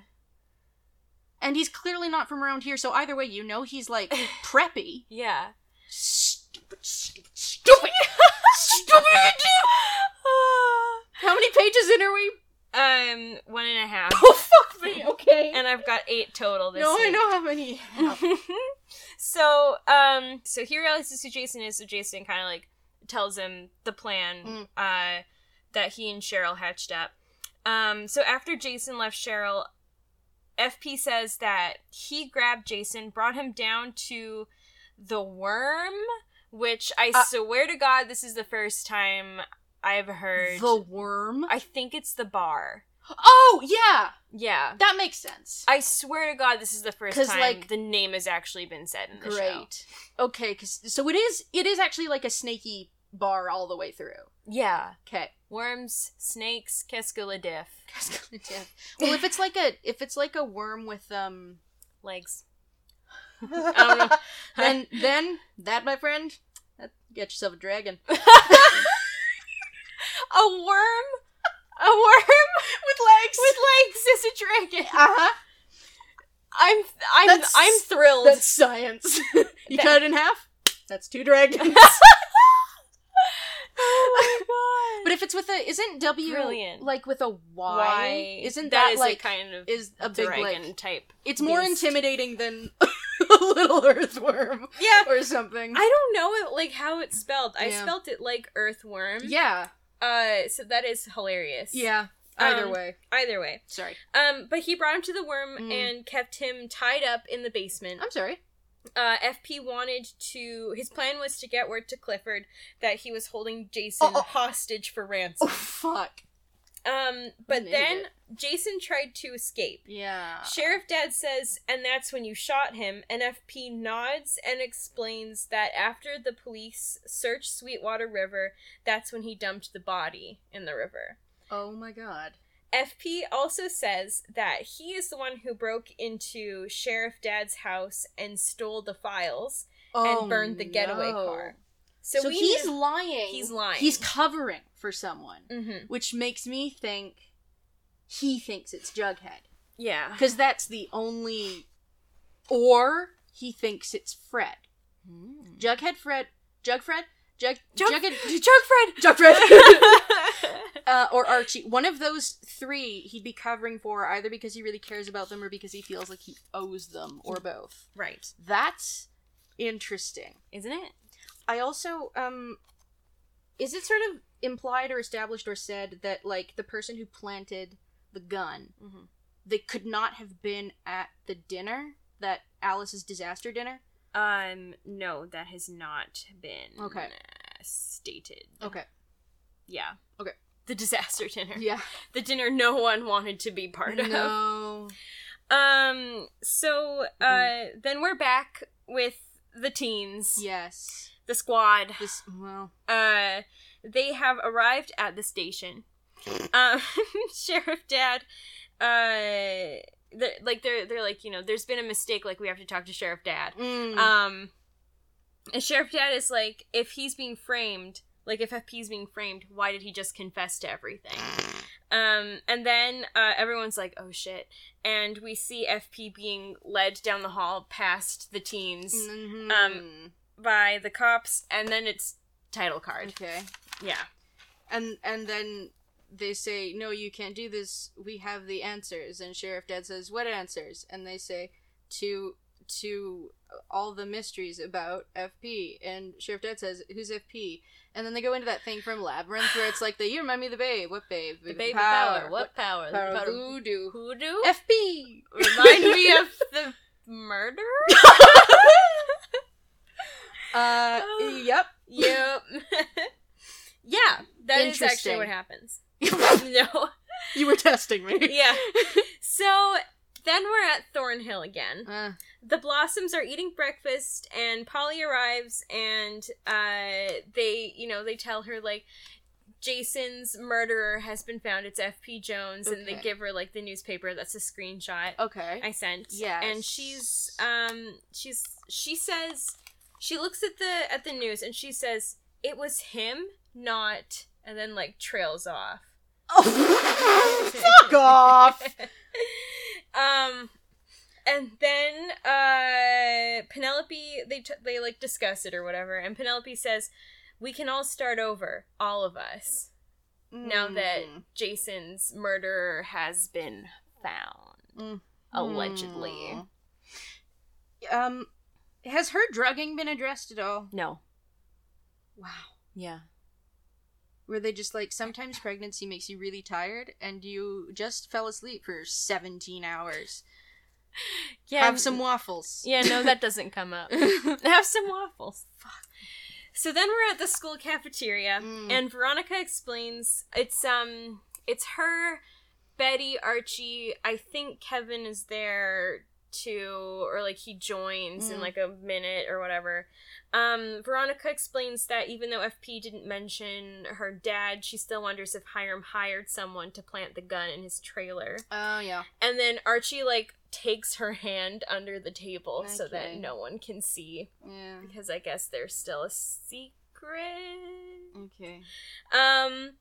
B: And he's clearly not from around here, so either way, you know he's like preppy.
A: Yeah.
B: Stupid, stupid, stupid, stupid. Ah. How many pages in are we?
A: um, one and a half.
B: Oh fuck me. Okay.
A: I've got eight total this
B: no,
A: week.
B: I know how many. you have.
A: so um so he realizes who Jason is, so Jason kinda like tells him the
B: Mm.
A: plan uh that he and Cheryl hatched up. Um so after Jason left Cheryl, FP says that he grabbed Jason, brought him down to the worm, which I
B: Uh,
A: swear to God this is the first time I've heard
B: the worm.
A: I think it's the bar.
B: Oh yeah,
A: Yeah.
B: that makes sense.
A: I swear to God, this is the first
B: 'Cause,
A: time
B: like-
A: the name has actually been said in the show.
B: Great. Okay, 'cause- so it is. It is actually like a snaky bar all the way through.
A: Yeah.
B: Okay.
A: Worms, snakes, Keskula diff.
B: well, if it's like a if it's like a worm with um,
A: Legs. Um, don't know.
B: then then that my friend, that, get yourself a dragon
A: A worm? A worm
B: with legs.
A: with legs is a dragon.
B: Uh huh.
A: I'm I'm
B: That's-
A: I'm thrilled.
B: That's science. you
A: That-
B: cut it in half. That's two dragons.
A: oh
B: but if it's with a isn't W
A: Brilliant.
B: like with a Y?
A: why
B: Isn't
A: that
B: that,
A: is
B: like
A: a kind of
B: is a big
A: dragon
B: like
A: type?
B: it's more
A: beast.
B: intimidating than a little earthworm
A: Yeah.
B: or something.
A: I don't know like how it's spelled. I
B: Yeah.
A: spelt it like earthworm.
B: yeah.
A: Uh so that is hilarious.
B: Yeah. Either
A: Um,
B: way.
A: Either way.
B: Sorry.
A: Um, but he brought him to the worm
B: Mm.
A: and kept him tied up in the basement.
B: I'm sorry.
A: Uh, FP wanted to. His plan was to get word to Clifford that he was holding Jason
B: Oh, oh.
A: hostage for
B: Oh
A: ransom.
B: fuck.
A: Um, but
B: an
A: then
B: idiot.
A: Jason tried to escape.
B: Yeah.
A: Sheriff Dad says, and that's when you shot him. And FP nods and explains that after the police searched Sweetwater River, that's when he dumped the body in the river.
B: Oh my god.
A: FP also says that he is the one who broke into Sheriff Dad's house and stole the files.
B: Oh,
A: burned the getaway car. So,
B: So,
A: we
B: he's lying.
A: he's lying.
B: He's covering for someone,
A: Mhm.
B: which makes me think he thinks it's Jughead.
A: yeah.
B: Because that's the only. Or he thinks it's Fred. Jughead Fred. Jug Fred? Jug.
A: Jug-
B: Jughead.
A: Jug
B: Jug Fred! uh, or Archie. One of those three he'd be covering for either because he really cares about them or because he feels like he owes them or both.
A: right,
B: That's interesting.
A: isn't it?
B: I also um is it sort of implied or established or said that like the person who planted the gun
A: Mhm.
B: they could not have been at the dinner that Alice's disaster dinner?
A: Um, no, that has not been
B: Okay.
A: uh, stated.
B: Okay.
A: Yeah.
B: Okay.
A: The disaster dinner.
B: Yeah.
A: The dinner no one wanted to be part of.
B: no.
A: Um. So, uh,
B: Mm-hmm.
A: then we're back with the teens,
B: Yes.
A: the squad.
B: This well
A: Uh, they have arrived at the station. um, Sheriff Dad, uh, they're, like they're they're like you know there's been a mistake. Like we have to talk to Sheriff Dad.
B: mm,
A: Um, and Sheriff Dad is like, if he's being framed, like if FP's being framed, why did he just confess to everything? Um, and then uh, everyone's like, oh shit. And we see FP being led down the hall past the teens
B: mhm.
A: um, by the cops, and then it's title card.
B: okay.
A: Yeah.
B: And and then they say, "No, you can't do this. We have the answers." And Sheriff Dad says, "What answers?" And they say, "To to all the mysteries about FP." And Sheriff Dad says, "Who's FP?" And then they go into that thing from Labyrinth where it's like, "The you remind me of the babe. What babe?
A: The baby power. What power? The
B: power?
A: power of
B: Voodoo.
A: Hoodoo?
B: FP.
A: Remind me of the murderer?
B: Uh,
A: Oh.
B: yep.
A: yep. yeah, that is actually
B: Interesting.
A: what happens. no.
B: you were testing me.
A: Yeah. So then we're at Thornhill again.
B: Uh,
A: the blossoms are eating breakfast and polly arrives and uh, they you know they tell her like jason's murderer has been found it's fp jones and they
B: Okay.
A: give her like the newspaper that's a screenshot
B: okay.
A: i sent
B: Yes.
A: and she's um she's she says she looks at the at the news and she says it was him not and then like trails off
B: oh, fuck off.
A: um and then uh penelope they t- they like discuss it or whatever and penelope says we can all start over all of us now that
B: Mm. Mm.
A: jason's murderer has been found allegedly.
B: Hmm. Um, has her drugging been addressed at all?
A: No.
B: Wow.
A: Yeah.
B: Where they just like sometimes pregnancy makes you really tired and you just fell asleep for 17 hours.
A: Yeah.
B: Have some waffles.
A: Yeah, no, that doesn't come up. Have some waffles. Fuck. So then we're at the school cafeteria,
B: Mm.
A: and Veronica explains it's um it's her, Betty, Archie. I think Kevin is there too, or like he joins in
B: Mm.
A: like a minute or whatever. Um, Veronica explains that even though FP didn't mention her dad, she still wonders if Hiram hired someone to plant the gun in his trailer.
B: Oh, yeah.
A: And then Archie like takes her hand under the table so that
B: Okay.
A: no one can see
B: Yeah.
A: because I guess there's still a secret.
B: Okay.
A: Um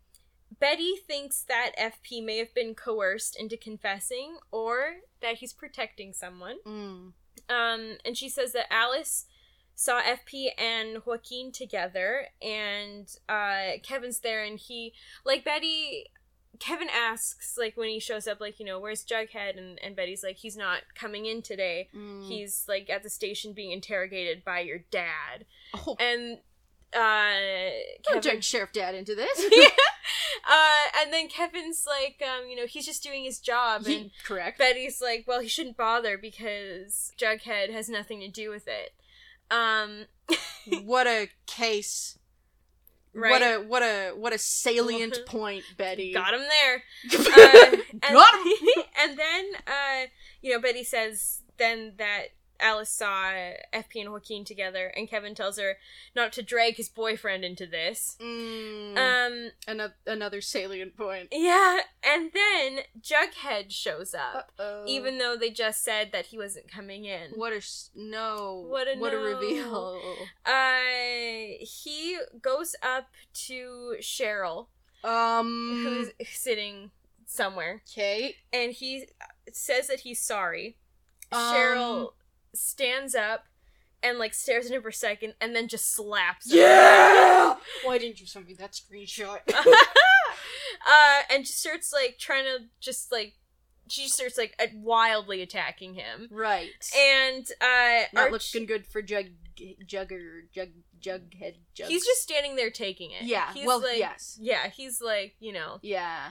A: Betty thinks that FP may have been coerced into confessing or that he's protecting someone.
B: Mm.
A: Um and she says that Alice saw FP and Joaquin together and uh Kevin's there and he like Betty Kevin asks like when he shows up like you know where's Jughead and and Betty's like he's not coming in today.
B: Mm.
A: He's like at the station being interrogated by your dad
B: Oh,
A: and uh,
B: don't
A: Kevin,
B: drag Sheriff Dad into this.
A: yeah. uh, and then Kevin's like, um, you know, he's just doing his job, and
B: Ye- correct.
A: Betty's like, well, he shouldn't bother because Jughead has nothing to do with it. Um,
B: what a case.
A: right,
B: What a what a what a salient point, Betty.
A: got him there. Uh,
B: it.
A: and,
B: Got him.
A: and then, uh, you know, Betty says then that Alice saw FP and Joaquin together, and Kevin tells her not to drag his boyfriend into this.
B: Mm,
A: Um,
B: another another salient point.
A: yeah, and then Jughead shows up.
B: Uh-oh.
A: even though they just said that he wasn't coming in.
B: what a s- no.
A: What a
B: what a
A: no.
B: reveal.
A: Uh, he goes up to Cheryl,
B: Um.
A: who's sitting somewhere,
B: Okay.
A: and he says that he's sorry.
B: Um,
A: Cheryl stands up and like stares at him for a second, and then just slaps. him.
B: Yeah. Um, Why didn't you send me that screenshot?
A: uh, and just starts like trying to just like she just starts like uh, wildly attacking him,
B: right.
A: and uh,
B: Not
A: Arch-
B: looking good for Jug Jugger Jug Jughead Jug.
A: he's just standing there taking it.
B: yeah.
A: He's
B: well,
A: like,
B: yes.
A: Yeah, he's like, you know,
B: Yeah.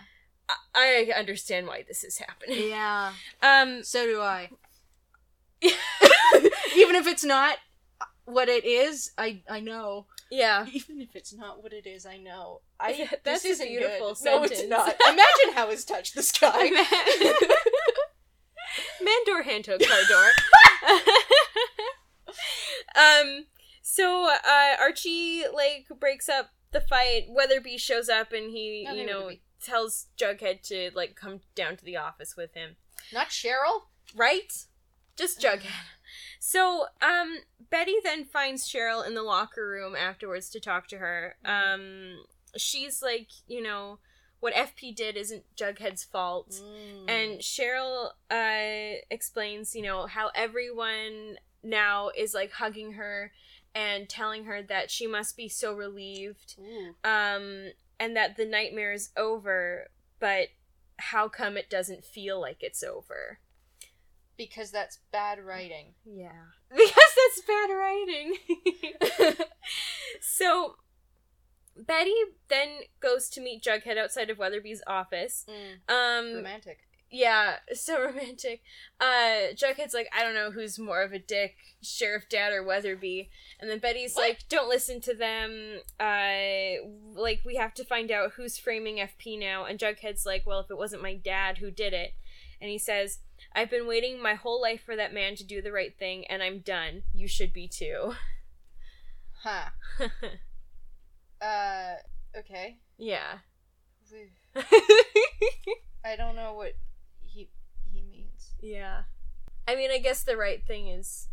A: I, I understand why this is happening.
B: Yeah.
A: Um,
B: So do I. Even if it's not what it is, I I know.
A: yeah.
B: Even if it's not what it is, I know. I
A: Yeah,
B: this
A: that's a
B: isn't
A: beautiful
B: good. No,
A: sentence.
B: it's not. Imagine how it's touched the sky.
A: Mandor Hanto Cardor. um, so, uh, Archie, like, breaks up the fight. Weatherby shows up and he,
B: No,
A: you
B: they
A: know,
B: wouldn't
A: tells Jughead to, like, come down to the office with him.
B: Not Cheryl.
A: right? Just Jughead. So, um, Betty then finds Cheryl in the locker room afterwards to talk to her. Um, she's like, you know, what FP did isn't Jughead's fault.
B: Mm-hmm. Mm.
A: And Cheryl uh, explains, you know, how everyone now is like hugging her and telling her that she must be so relieved um, and that the nightmare is over, but how come it doesn't feel like it's over?
B: because that's bad writing.
A: Yeah. Because that's bad writing. so Betty then goes to meet Jughead outside of Weatherby's office.
C: Mm.
A: Um
B: Romantic.
A: yeah, so romantic. Uh Jughead's like, I don't know who's more of a dick, Sheriff Dad or Weatherby. And then Betty's
B: What?
A: like, don't listen to them. Uh like we have to find out who's framing FP now. And Jughead's like, well, if it wasn't my dad who did it. And he says, I've been waiting my whole life for that man to do the right thing, and I'm done. You should be too.
B: Huh. Uh. Okay.
A: yeah.
B: I don't know what he he means.
A: yeah. I mean, I guess the right thing is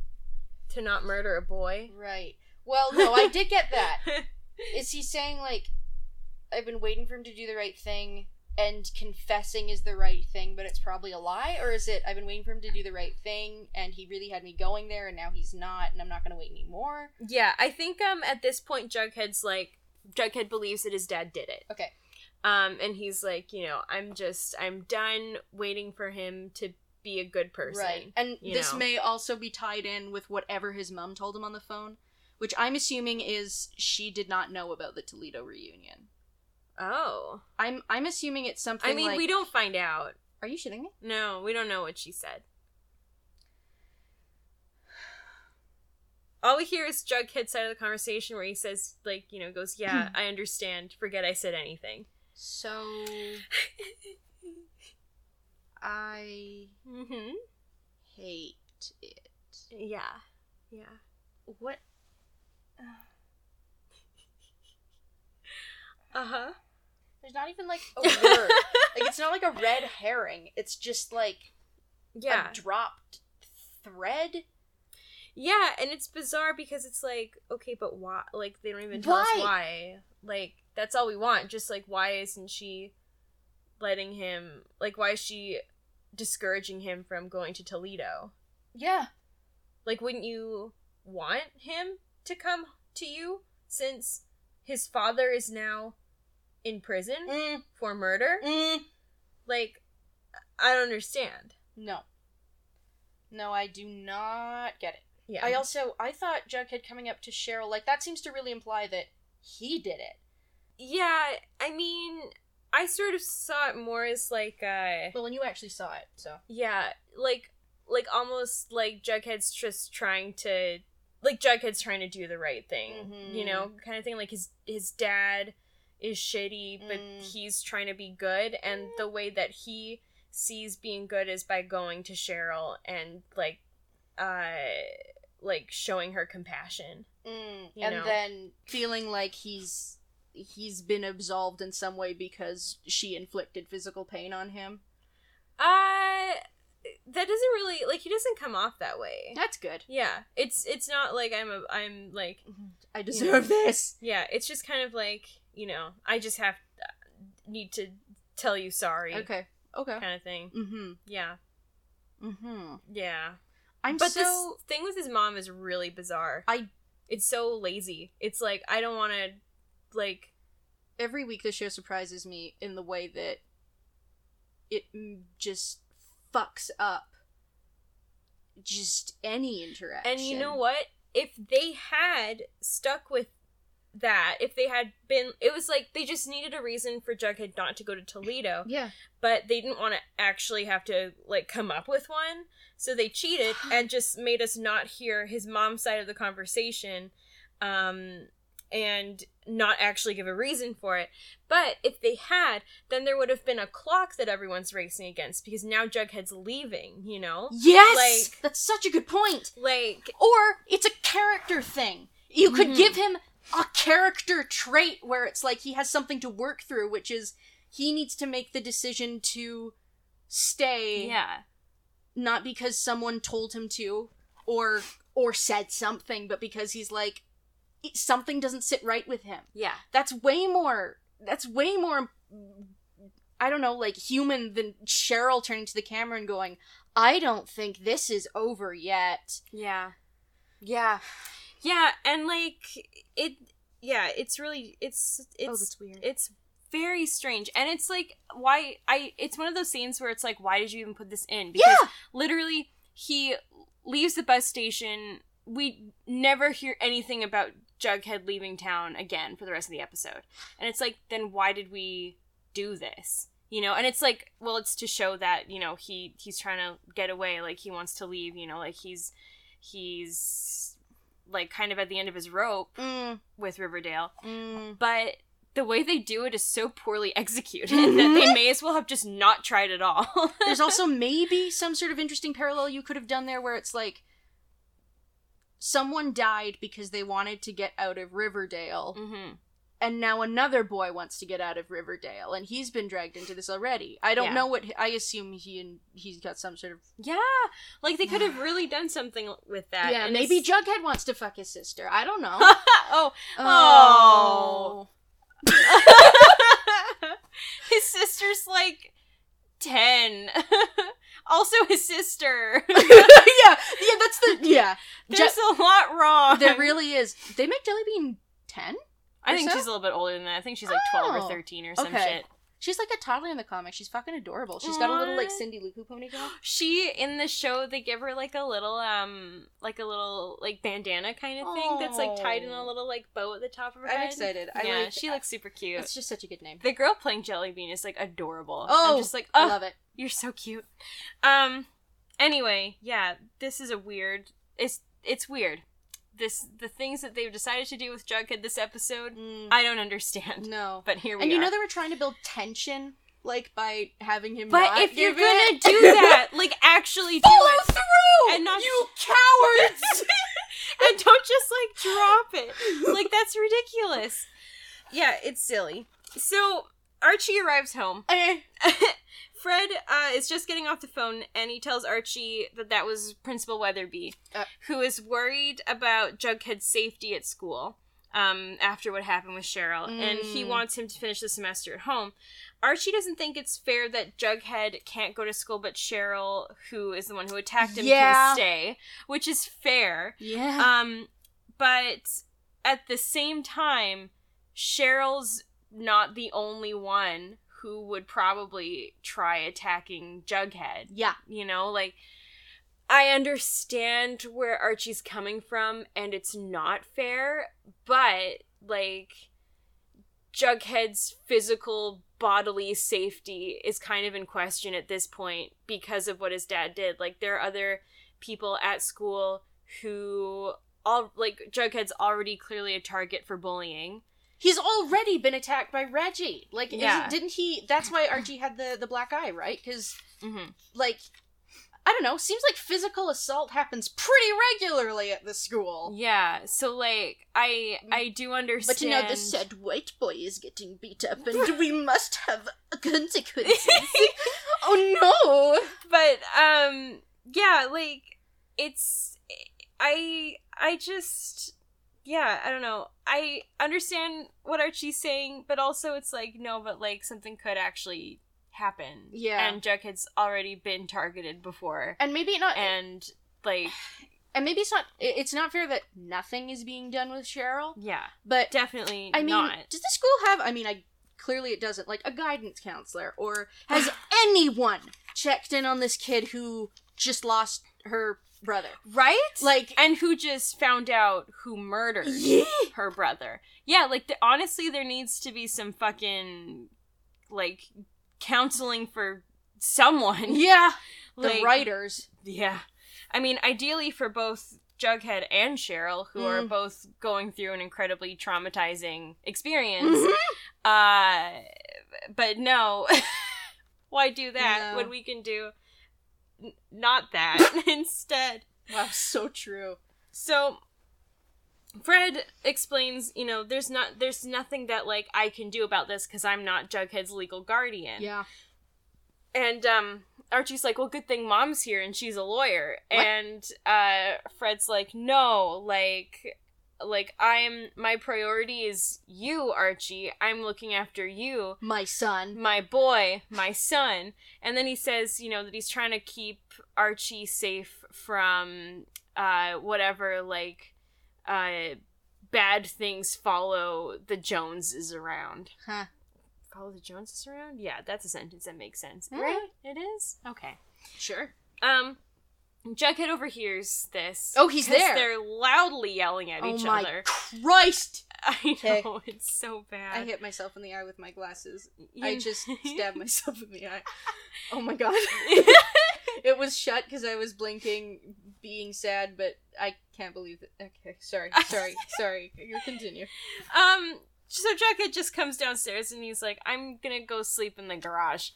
A: to not murder a boy.
B: Right. Well, no, I did get that. Is he saying like I've been waiting for him to do the right thing and confessing is the right thing, but it's probably a lie? Or is it I've been waiting for him to do the right thing and he really had me going there and now he's not and I'm not gonna wait anymore?
A: yeah, I think um at this point Jughead's like Jughead believes that his dad did it.
B: Okay.
A: Um and he's like, you know, I'm just I'm done waiting for him to be a good person.
B: Right. And
A: you
B: this
A: know.
B: may also be tied in with whatever his mum told him on the phone, which I'm assuming is she did not know about the Toledo reunion.
A: Oh.
B: I'm I'm assuming it's something
A: I mean,
B: like-
A: we don't find out.
B: Are you shitting me?
A: No, we don't know what she said. All we hear is Jughead's side of the conversation where he says, like, you know, goes, Yeah, I understand. Forget I said anything.
B: So I
A: Mm-hmm.
B: hate it.
A: Yeah. Yeah.
B: What
A: Uh-huh.
B: there's not even like a word. like it's not like a red herring. It's just like
A: Yeah.
B: a dropped thread.
A: Yeah, and it's bizarre because it's like, okay, but why? Like, they don't even tell
B: Why?
A: us why. Like, that's all we want. Just like, why isn't she letting him? Like, why is she discouraging him from going to Toledo?
B: Yeah.
A: Like, wouldn't you want him to come to you since his father is now in prison
B: Mm,
A: for murder?
B: mm.
A: Like, I don't understand.
B: No. No, I do not get it.
A: Yeah.
B: I also I thought Jughead coming up to Cheryl like that seems to really imply that he did it.
A: yeah, I mean, I sort of saw it more as like, uh,
B: Well, and you actually saw it, so
A: Yeah, like like almost like Jughead's just trying to like Jughead's trying to do the right thing,
B: Mhm.
A: you know, kind of thing. Like his his dad is shitty, but
B: Mm.
A: he's trying to be good, and the way that he sees being good is by going to Cheryl and like uh like showing her compassion. You
B: Mm, and
A: know.
B: then feeling like he's he's been absolved in some way because she inflicted physical pain on him.
A: Uh that doesn't really like he doesn't come off that way.
B: That's good.
A: Yeah, it's it's not like I'm a I'm like
B: I deserve this.
A: Yeah, it's just kind of like you know, I just have uh, need to tell you sorry,
B: Okay. Okay.
A: kind of thing.
B: Mhm.
A: Yeah,
B: Mhm.
A: yeah.
B: I'm
A: but
B: so
A: this thing with his mom is really bizarre.
B: I-
A: it's so lazy. It's like I don't want to, like,
B: every week the show surprises me in the way that it mm, just fucks up just any interaction.
A: and you know what? If they had stuck with that, if they had been, it was like they just needed a reason for Jughead not to go to Toledo.
B: Yeah.
A: but they didn't want to actually have to like come up with one so they cheated and just made us not hear his mom's side of the conversation um and not actually give a reason for it but if they had then there would have been a clock that everyone's racing against because now jughead's leaving you know
B: Yes!
A: Like-
B: That's such a good point.
A: like
B: Or it's a character thing. You could
A: Mhm.
B: give him a character trait where it's like he has something to work through, which is he needs to make the decision to stay not because someone told him to or or said something, but because he's like it- something doesn't sit right with him.
A: yeah
B: That's way more that's way more I don't know, like human than Cheryl turning to the camera and going, "I don't think this is over yet."
A: yeah
B: Yeah.
A: yeah and like it yeah it's really it's it's
B: oh, that's weird.
A: it's very strange and it's like why i it's one of those scenes where it's like why did you even put this in because
B: yeah.
A: literally he leaves the bus station we never hear anything about jughead leaving town again for the rest of the episode and it's like then why did we do this you know and it's like well it's to show that you know he he's trying to get away like he wants to leave you know like he's he's like kind of at the end of his rope
B: Mm,
A: with riverdale
B: mm.
A: but the way they do it is so poorly executed that they may as well have just not tried at all.
B: There's also maybe some sort of interesting parallel you could have done there where it's like someone died because they wanted to get out of Riverdale,
A: mm-hmm.
B: and now another boy wants to get out of Riverdale, and he's been dragged into this already. I don't
A: Yeah.
B: know what I assume he and he's got some sort of
A: Yeah, like they could have really done something with that.
B: yeah.
A: and
B: Maybe
A: it's-
B: Jughead wants to fuck his sister. I don't know.
A: oh, Oh. his sister's like ten. also, his sister.
B: yeah, yeah. That's the yeah. Ju-
A: There's a lot wrong.
B: there really is. They make Jellybean ten.
A: I think
B: so?
A: she's a little bit older than that. I think she's like twelve
B: Oh,
A: or thirteen or some
B: okay.
A: shit.
B: She's like a toddler in the comic. She's fucking adorable. She's got a little like
A: What?
B: Cindy Lou Who ponytail.
A: She in the show they give her like a little um like a little like bandana kind of thing that's like tied in a
B: Aw.
A: little like bow at the top of her
B: I'm
A: head.
B: excited. I
A: Yeah,
B: like.
A: she looks super cute.
B: It's just such a good name.
A: the girl playing Jellybean is like adorable.
B: Oh,
A: I'm just like
B: I
A: oh,
B: love it.
A: you're so cute. Um, anyway, yeah, this is a weird. It's it's weird. This the things that they've decided to do with Jughead this episode.
B: Mm,
A: I don't understand.
B: no.
A: But here we
B: And
A: are.
B: you know they were trying to build tension, like by having him.
A: but
B: not
A: if you're
B: give
A: gonna
B: it-
A: do that, like actually do
B: follow
A: it,
B: through,
A: And not-
B: you cowards.
A: and don't just like drop it. Like that's ridiculous. Yeah, it's silly. So Archie arrives home.
B: Eh.
A: Fred uh, is just getting off the phone and he tells Archie that that was Principal Weatherby,
B: Uh.
A: who is worried about Jughead's safety at school um, after what happened with Cheryl, and he
B: Mm.
A: wants him to finish the semester at home. Archie doesn't think it's fair that Jughead can't go to school, but Cheryl, who is the one who attacked him,
B: Yeah.
A: can stay, which is fair.
B: yeah.
A: Um, but at the same time, Cheryl's not the only one who would probably try attacking Jughead.
B: yeah.
A: You know, like I understand where Archie's coming from and it's not fair, but like Jughead's physical bodily safety is kind of in question at this point because of what his dad did. Like there are other people at school who all like Jughead's already clearly a target for bullying.
B: He's already been attacked by Reggie. Like, isn't-
A: Yeah.
B: didn't he? That's why Archie had the the black eye, right? Because
A: Mm-hmm.
B: like, I don't know. Seems like physical assault happens pretty regularly at the school.
A: Yeah, so like I I do understand.
B: But you know, the said white boy is getting beat up, and we must have consequences. oh no!
A: but um yeah like it's i i just yeah i don't know i understand what archie's saying but also it's like no but like something could actually happen
B: Yeah.
A: and jughead's already been targeted before
B: And maybe not. And,
A: and like
B: maybe it's not. it- It's not fair that nothing is being done with Cheryl.
A: yeah
B: But
A: definitely
B: I mean,
A: not
B: does the school have? I mean, I clearly it doesn't. Like a guidance counselor, or has anyone checked in on this kid who just lost her brother?
A: right
B: Like,
A: and who just found out who murdered
B: yeah,
A: her brother. Yeah, like the, honestly, there needs to be some fucking like counseling for someone.
B: yeah. The
A: like,
B: writers.
A: Yeah, I mean, ideally for both Jughead and Cheryl, who are
B: Mm.
A: both going through an incredibly traumatizing experience.
B: Mm-hmm.
A: Uh, but no, why do that
B: No.
A: when we can do n- not that instead?
B: Wow, so true.
A: So Fred explains, you know, there's not there's nothing that like I can do about this cuz I'm not Jughead's legal guardian.
B: Yeah.
A: And um Archie's like, "Well, good thing mom's here and she's a lawyer."
B: What?
A: And uh Fred's like, "No, like like I'm my priority is you, Archie. I'm looking after you."
B: My son.
A: my boy, my son. And then he says, you know, that he's trying to keep Archie safe from uh, whatever, like, uh, bad things follow the Joneses around.
B: Huh.
A: Follow the Joneses around? Yeah, that's a sentence that makes sense.
B: Hmm.
A: Right? It is? Okay.
B: Sure.
A: Um, Jughead overhears this.
B: Oh, he's
A: 'cause
B: there.
A: They're loudly yelling at
B: oh
A: each
B: my
A: other.
B: Christ!
A: I
B: Okay.
A: know, it's so bad.
B: I hit myself in the eye with my glasses.
A: Uh, You
B: I
A: know-
B: just stabbed myself in the eye. Oh my god. It was shut because I was blinking, being sad, but I can't believe it. Okay, sorry, sorry, sorry. You continue.
A: Um, so Jughead just comes downstairs and he's like, "I'm gonna go sleep in the garage."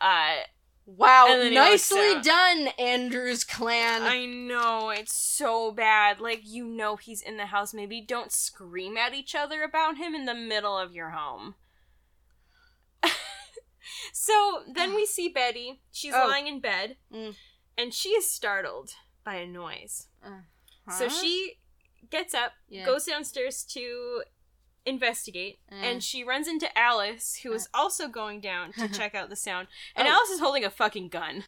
A: Uh,
B: Wow,
A: And then he
B: nicely
A: walks
B: done, Andrews clan.
A: I know it's so bad. Like you know he's in the house. Maybe don't scream at each other about him in the middle of your home. so then we see Betty. She's
B: Oh.
A: lying in bed,
B: Mm.
A: and she is startled by a noise. So
B: Huh?
A: she gets up,
B: Yeah.
A: goes downstairs to investigate,
B: Uh.
A: and she runs into Alice, who is also going down to check out the sound. And
B: Oh.
A: Alice is holding a fucking gun.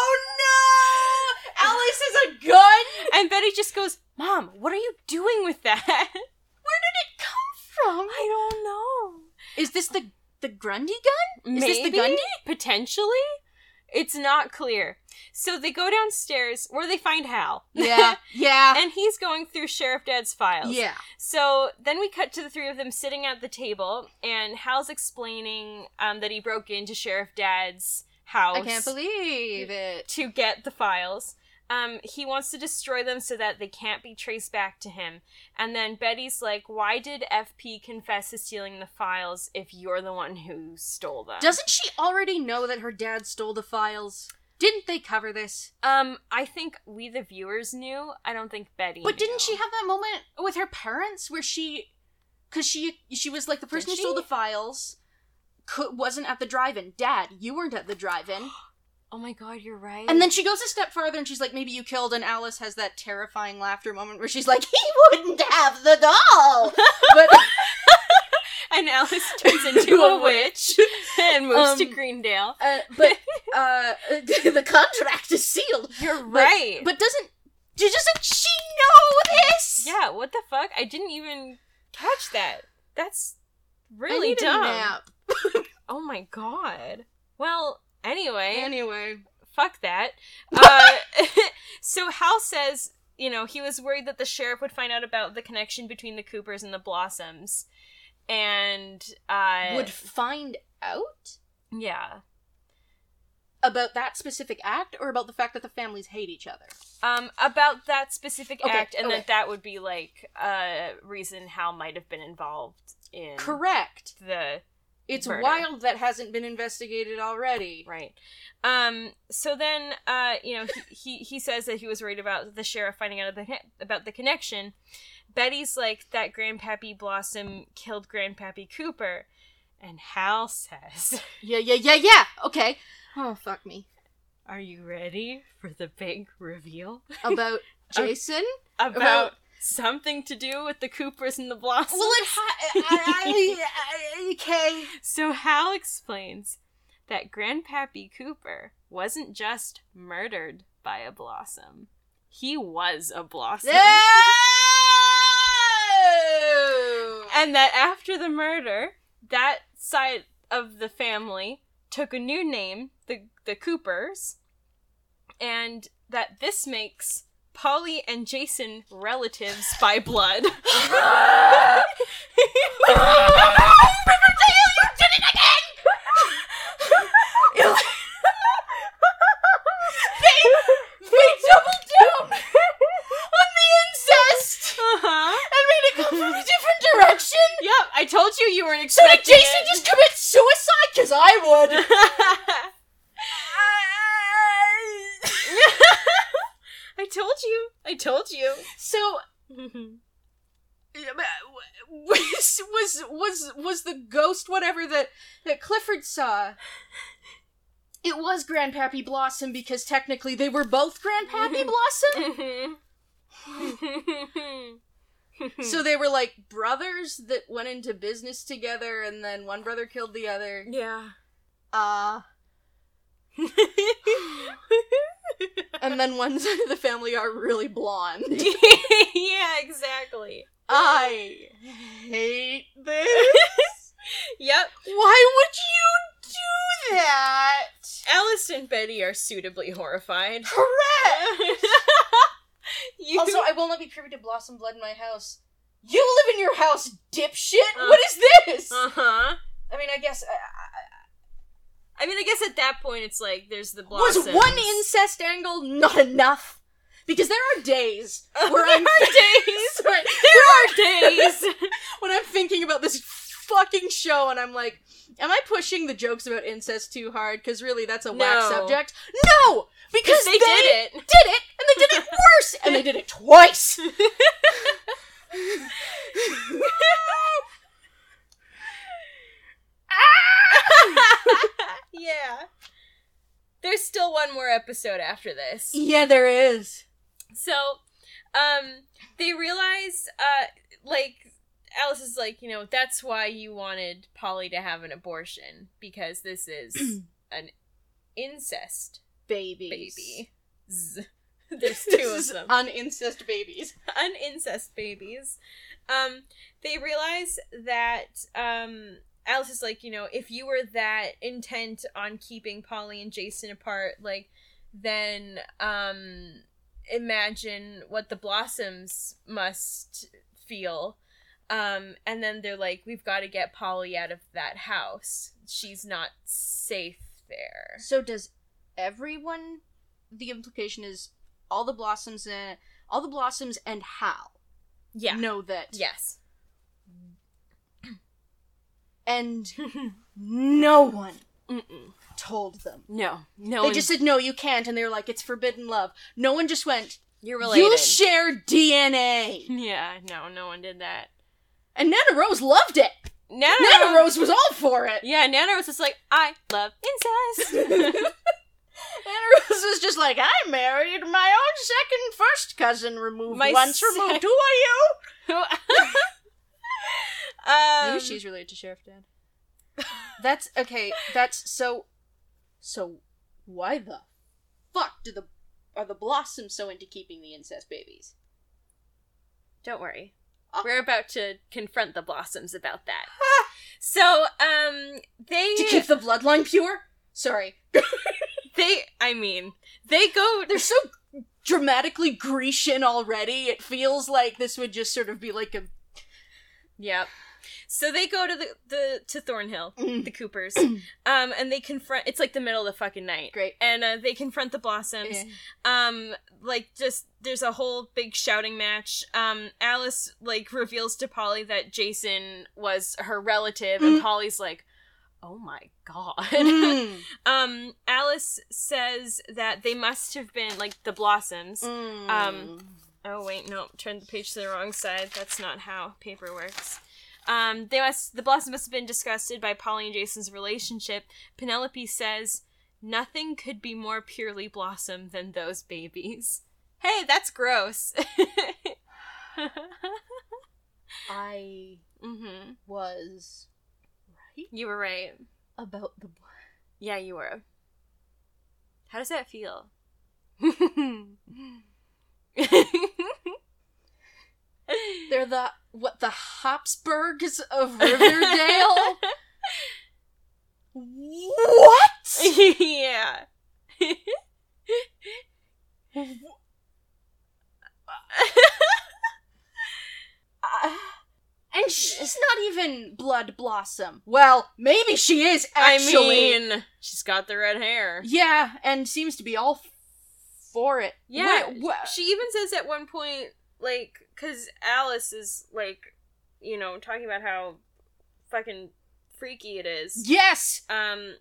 B: oh no! Alice has a gun.
A: And Betty just goes, Mom, what are you doing with that?
B: Where did it come from?
A: I don't know.
B: Is this the the Grundy gun? Is this the Grundy?
A: potentially. It's not clear. So they go downstairs where they find Hal.
B: Yeah, yeah,
A: and he's going through Sheriff Dad's files.
B: yeah.
A: So then we cut to the three of them sitting at the table, and Hal's explaining um, that he broke into Sheriff Dad's house
B: I can't believe it.
A: to get the files. Um, he wants to destroy them so that they can't be traced back to him. And then Betty's like, Why did FP confess to stealing the files if you're the one who stole them?
B: Doesn't she already know that her dad stole the files? Didn't they cover this?
A: um, I think we, the viewers, knew. I don't think Betty.
B: But
A: knew.
B: didn't she have that moment with her parents where she, because she she was like the person
A: Did
B: who stole
A: she?
B: the files, could, wasn't at the drive-in. Dad, you weren't at the drive-in.
A: Oh my god, you're right.
B: And then she goes a step farther and she's like, maybe you killed. And Alice has that terrifying laughter moment where she's like, he wouldn't have the doll. But
A: and Alice turns into a witch and moves
B: Um,
A: to Greendale.
B: uh, but uh, the contract is sealed.
A: You're
B: But-
A: right.
B: But doesn't doesn't she know this?
A: yeah, what the fuck? I didn't even catch that. That's
B: I
A: really
B: need a
A: dumb.
B: nap.
A: Oh my god. Well, anyway,
B: Anyway,
A: fuck that. Uh, so Hal says, you know, he was worried that the sheriff would find out about the connection between the Coopers and the Blossoms, and uh,
B: would find out
A: yeah.
B: about that specific act or about the fact that the families hate each other.
A: Um, about that specific
B: Okay,
A: act, and
B: okay.
A: that that would be like a reason Hal might have been involved in
B: Correct.
A: the
B: It's
A: Murder.
B: wild that hasn't been investigated already.
A: Right. Um, so then, uh, you know, he, he, he says that he was worried about the sheriff finding out about, about the connection. Betty's like, that Grandpappy Blossom killed Grandpappy Cooper. And Hal says,
B: Yeah, yeah, yeah, yeah. Okay. Oh fuck me.
A: Are you ready for the big reveal?
B: About Jason.
A: About
B: About-
A: something to do with the Coopers and the Blossoms?
B: Well, it ha- I, I, I, okay.
A: So Hal explains that Grandpappy Cooper wasn't just murdered by a blossom. He was a blossom.
B: No!
A: and that after the murder, that side of the family took a new name, the the Coopers, and that this makes Polly and Jason relatives by blood.
B: Riverdale, you did it again! they, they doubled down on the incest
A: uh-huh.
B: and made it come from a different direction.
A: Yep, I told you you weren't
B: So did
A: expecting
B: Jason just commit suicide? Because I would.
A: it. I told you. I told you.
B: so was was was was the ghost whatever that that Clifford saw. It was Grandpappy Blossom because technically they were both Grandpappy Blossom.
A: Mm-hmm.
B: so they were like brothers that went into business together and then one brother killed the other.
A: yeah.
B: Uh and then one side of the family are really blonde.
A: yeah, exactly.
B: I hate this.
A: Yep.
B: Why would you do that?
A: Alice and Betty are suitably horrified.
B: Correct.
A: you,
B: Also, I will not be privy to blossom blood in my house. You live in your house, dipshit.
A: Uh.
B: what is this?
A: uh-huh.
B: I mean, I guess uh,
A: I mean, I guess at that point it's like there's the
B: was
A: blossoms.
B: one incest angle not enough? Because there are days where
A: there
B: I'm
A: are days.
B: Sorry,
A: There are days.
B: when I'm thinking about this fucking show, and I'm like, am I pushing the jokes about incest too hard? Because really, that's a whack
A: No.
B: subject. No, because
A: they did it.
B: did it, and they did it worse, and they did it twice.
A: yeah. There's still one more episode after this.
B: yeah, there is.
A: So, um, they realize, uh, like, Alice is like, you know, that's why you wanted Polly to have an abortion because this is an incest
B: Babies.
A: baby. Z. There's two of them.
B: On incest babies.
A: An incest babies. Um, they realize that um, Alice is like, you know, if you were that intent on keeping Polly and Jason apart, like, then um, imagine what the blossoms must feel. Um, and then they're like, we've got to get Polly out of that house. She's not safe there.
B: So does everyone? The implication is all the blossoms and all the blossoms and Hal
A: Yeah.
B: know that,
A: Yes.
B: and no one
D: Mm-mm.
B: told them.
D: No, no.
B: they just said no, you can't, and they were like, it's forbidden love. No one just went.
D: you're related.
B: You share DNA,
D: yeah, no, no one did that.
B: and Nana Rose loved it.
D: Nana,
B: Nana Rose was all for it.
D: Yeah, Nana was just like, I love incest.
B: Anna Rose was just like, I married my own second first cousin removed
D: My
B: once
D: sec-
B: removed. Who are you?
D: um,
B: related to Sheriff Dan. That's okay, that's so so why the fuck do the are the blossoms so into keeping the incest babies?
A: Don't worry.
B: Oh.
A: We're about to confront the blossoms about that. so, um, they
B: To keep the bloodline pure? Sorry.
A: they I mean, they go
B: They're so dramatically Grecian already, it feels like this would just sort of be like a
A: Yep. So they go to the, the to Thornhill,
B: Mm.
A: the Coopers, um, and they confront. It's like the middle of the fucking night,
B: great
A: and uh, they confront the Blossoms. Um, like just there's a whole big shouting match. Um, Alice like reveals to Polly that Jason was her relative, and
B: Mm.
A: Polly's like, "Oh my god."
B: Mm.
A: um, Alice says that they must have been like the Blossoms. Um, Oh wait, no, turned the page to the wrong side. That's not how paper works. Um, they must the blossom must have been disgusted by Polly and Jason's relationship. Penelope says, Nothing could be more purely blossom than those babies. Hey, that's gross.
B: I
A: hmm
B: was right
A: You were right.
B: about the blood.
A: Yeah, you were. How does that feel?
B: They're the what the Habsburgs of Riverdale. what?
A: yeah.
B: Uh, and she's not even Blood Blossom. Well, maybe she is actually.
A: I mean, she's got the red hair.
B: yeah, and seems to be all f- for it.
A: Yeah,
B: Wait, wha-
A: She even says at one point, like, because Alice is, like, you know, talking about how fucking freaky it is.
B: yes.
A: Um,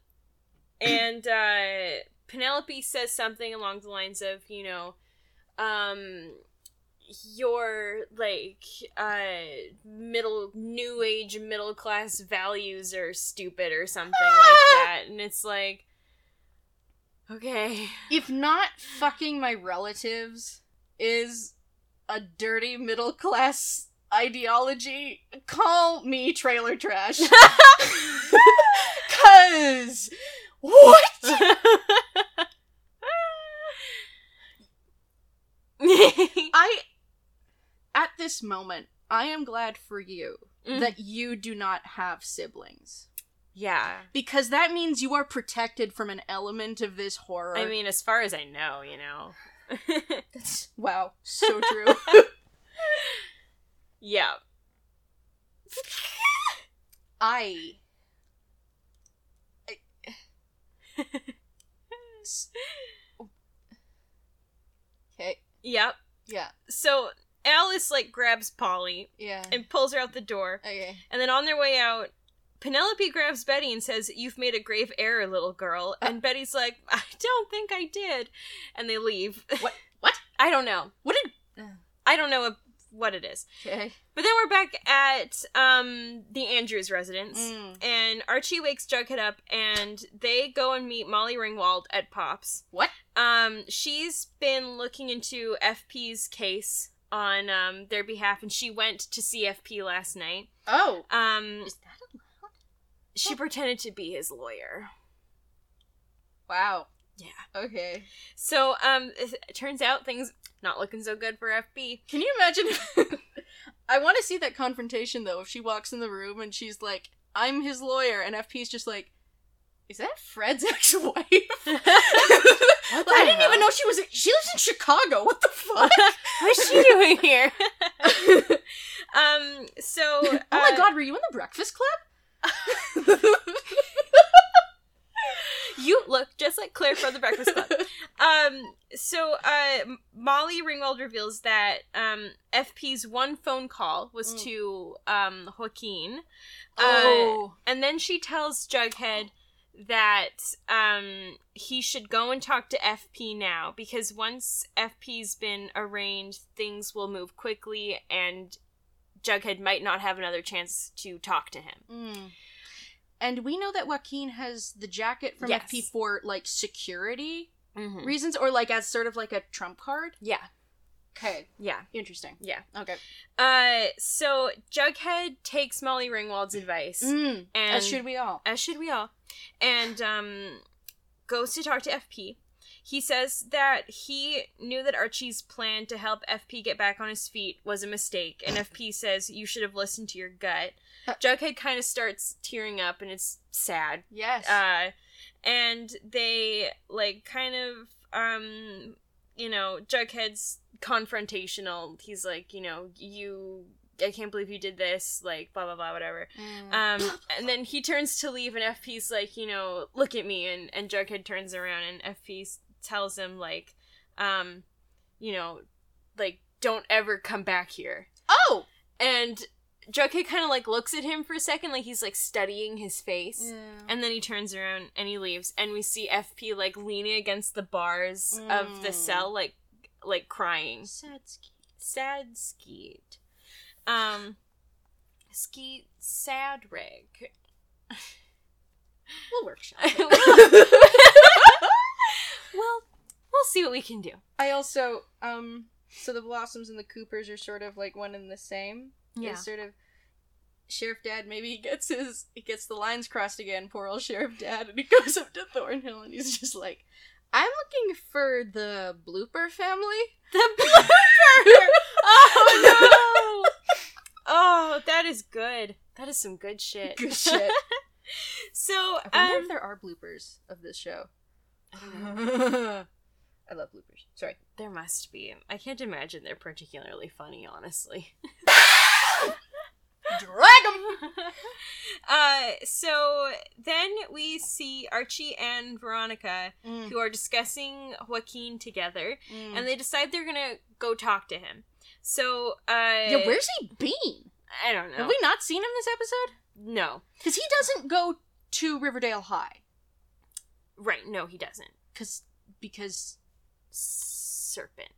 A: and uh, Penelope says something along the lines of, you know, um, your, like, uh, middle, new age, middle class values are stupid or something like that. And it's like, okay.
B: If not fucking my relatives is a dirty middle class ideology, call me trailer trash. Cause what?
A: Mhm.
B: I at this moment, I am glad for you that you do not have siblings.
A: yeah.
B: Because that means you are protected from an element of this horror.
A: I mean, as far as I know, you know.
B: That's- wow, so true.
A: yeah.
B: I. I- S- okay.
A: Yep.
B: Yeah.
A: So Alice like grabs Polly
B: Yeah.
A: and pulls her out the door,
B: Okay.
A: and then on their way out, Penelope grabs Betty and says, "You've made a grave error, little girl."
B: Uh.
A: And Betty's like, "I don't think I did," and they leave.
B: What- what?
A: I don't know.
B: What did?
A: I don't know what it is.
B: Okay.
A: But then we're back at um the Andrews residence.
B: Mm.
A: and Archie wakes Jughead up, and they go and meet Molly Ringwald at Pops.
B: What?
A: Um, she's been looking into FP's case on um their behalf, and she went to see FP last night.
B: Oh.
A: Um,
B: Is that allowed?
A: she pretended to be his lawyer.
B: Wow.
A: Yeah.
B: Okay.
A: So um, it turns out things not looking so good for FP.
B: Can you imagine? I want to see that confrontation though. If she walks in the room and she's like, I'm his lawyer, and FP's just like, is that Fred's ex-wife?
E: What
B: I didn't even know she was. She lives in Chicago. What the fuck? Oh
E: What's she doing here?
A: um, so
B: oh my god, were you in the Breakfast Club?
A: you look just like Claire from The Breakfast Club. Um, so uh, M- Molly Ringwald reveals that um, FP's one phone call was
B: Mm.
A: to um, Joaquin, Uh,
B: oh,
A: and then she tells Jughead that um, he should go and talk to FP now because once FP's been arraigned, things will move quickly, and Jughead might not have another chance to talk to him.
B: Mm. and we know that Joaquin has the jacket from
A: Yes.
B: FP for like security
A: Mm-hmm.
B: reasons, or like as sort of like a trump card.
A: Yeah,
B: Okay,
A: yeah,
B: interesting.
A: yeah.
B: Okay,
A: Uh, so Jughead takes Molly Ringwald's advice,
B: Mm,
A: and
B: as should we all.
A: as should we all, and um, goes to talk to FP. He says that he knew that Archie's plan to help FP get back on his feet was a mistake, and FP says you should have listened to your gut. Jughead kind of starts tearing up, and it's sad.
B: Yes.
A: Uh, and they like kind of um, you know, Jughead's confrontational. He's like, you know, you, I can't believe you did this. Like, blah blah blah, whatever.
B: Mm.
A: Um, and then he turns to leave, and FP's like, you know, look at me. And, and Jughead turns around, and FP s- tells him, like, um, you know, like, don't ever come back here.
B: oh.
A: And Jughead kind of, like, looks at him for a second, like he's, like, studying his
B: Mm.
A: face. And then he turns around and he leaves, and we see FP, like, leaning against the bars of the
B: Mm.
A: cell, like, like crying
B: Sad ski.
A: sad skeet. Um, skeet sad rig.
B: We'll workshop.
A: well,
B: it.
A: we'll see what we can do.
B: I also um so the blossoms and the Coopers are sort of like one and the same.
A: Yeah.
B: It's sort of Sheriff Dad maybe he gets his he gets the lines crossed again, poor old Sheriff Dad, and he goes up to Thornhill and he's just like, I'm looking for the blooper family.
A: The blooper. oh no! Oh, that is good. That is some good shit.
B: Good shit.
A: So,
B: I wonder if
A: um,
B: there are bloopers of this show. I love bloopers. Sorry.
A: there must be. I can't imagine they're particularly funny, honestly.
B: Drag 'em!
A: uh, so then we see Archie and Veronica
B: Mm,
A: who are discussing Joaquin together, and they decide they're gonna go talk to him. So, uh,
B: yeah, where's he been?
A: I don't know.
B: Have we not seen him this episode?
A: no,
B: Because he doesn't go to Riverdale High.
A: right? No, he doesn't.
B: Cause, because
A: Serpent.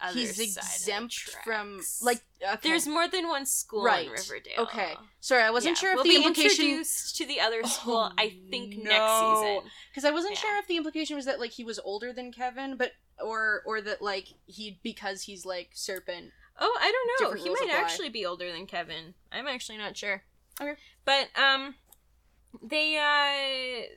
A: Other
B: he's
A: side of the
B: exempt
A: tracks.
B: from like okay.
A: There's more than one school
B: Right.
A: in Riverdale.
B: okay. Sorry, I wasn't
A: Yeah,
B: sure if
A: we'll
B: the
A: be
B: implication
A: introduced to the other school.
B: Oh,
A: I think
B: no.
A: next season.
B: because I wasn't
A: yeah.
B: sure if the implication was that like he was older than Kevin, but or or that like he because he's like serpent.
A: Oh, I don't know.
B: Different
A: he
B: rules
A: might
B: apply.
A: actually be older than Kevin. I'm actually not sure.
B: Okay.
A: But um they uh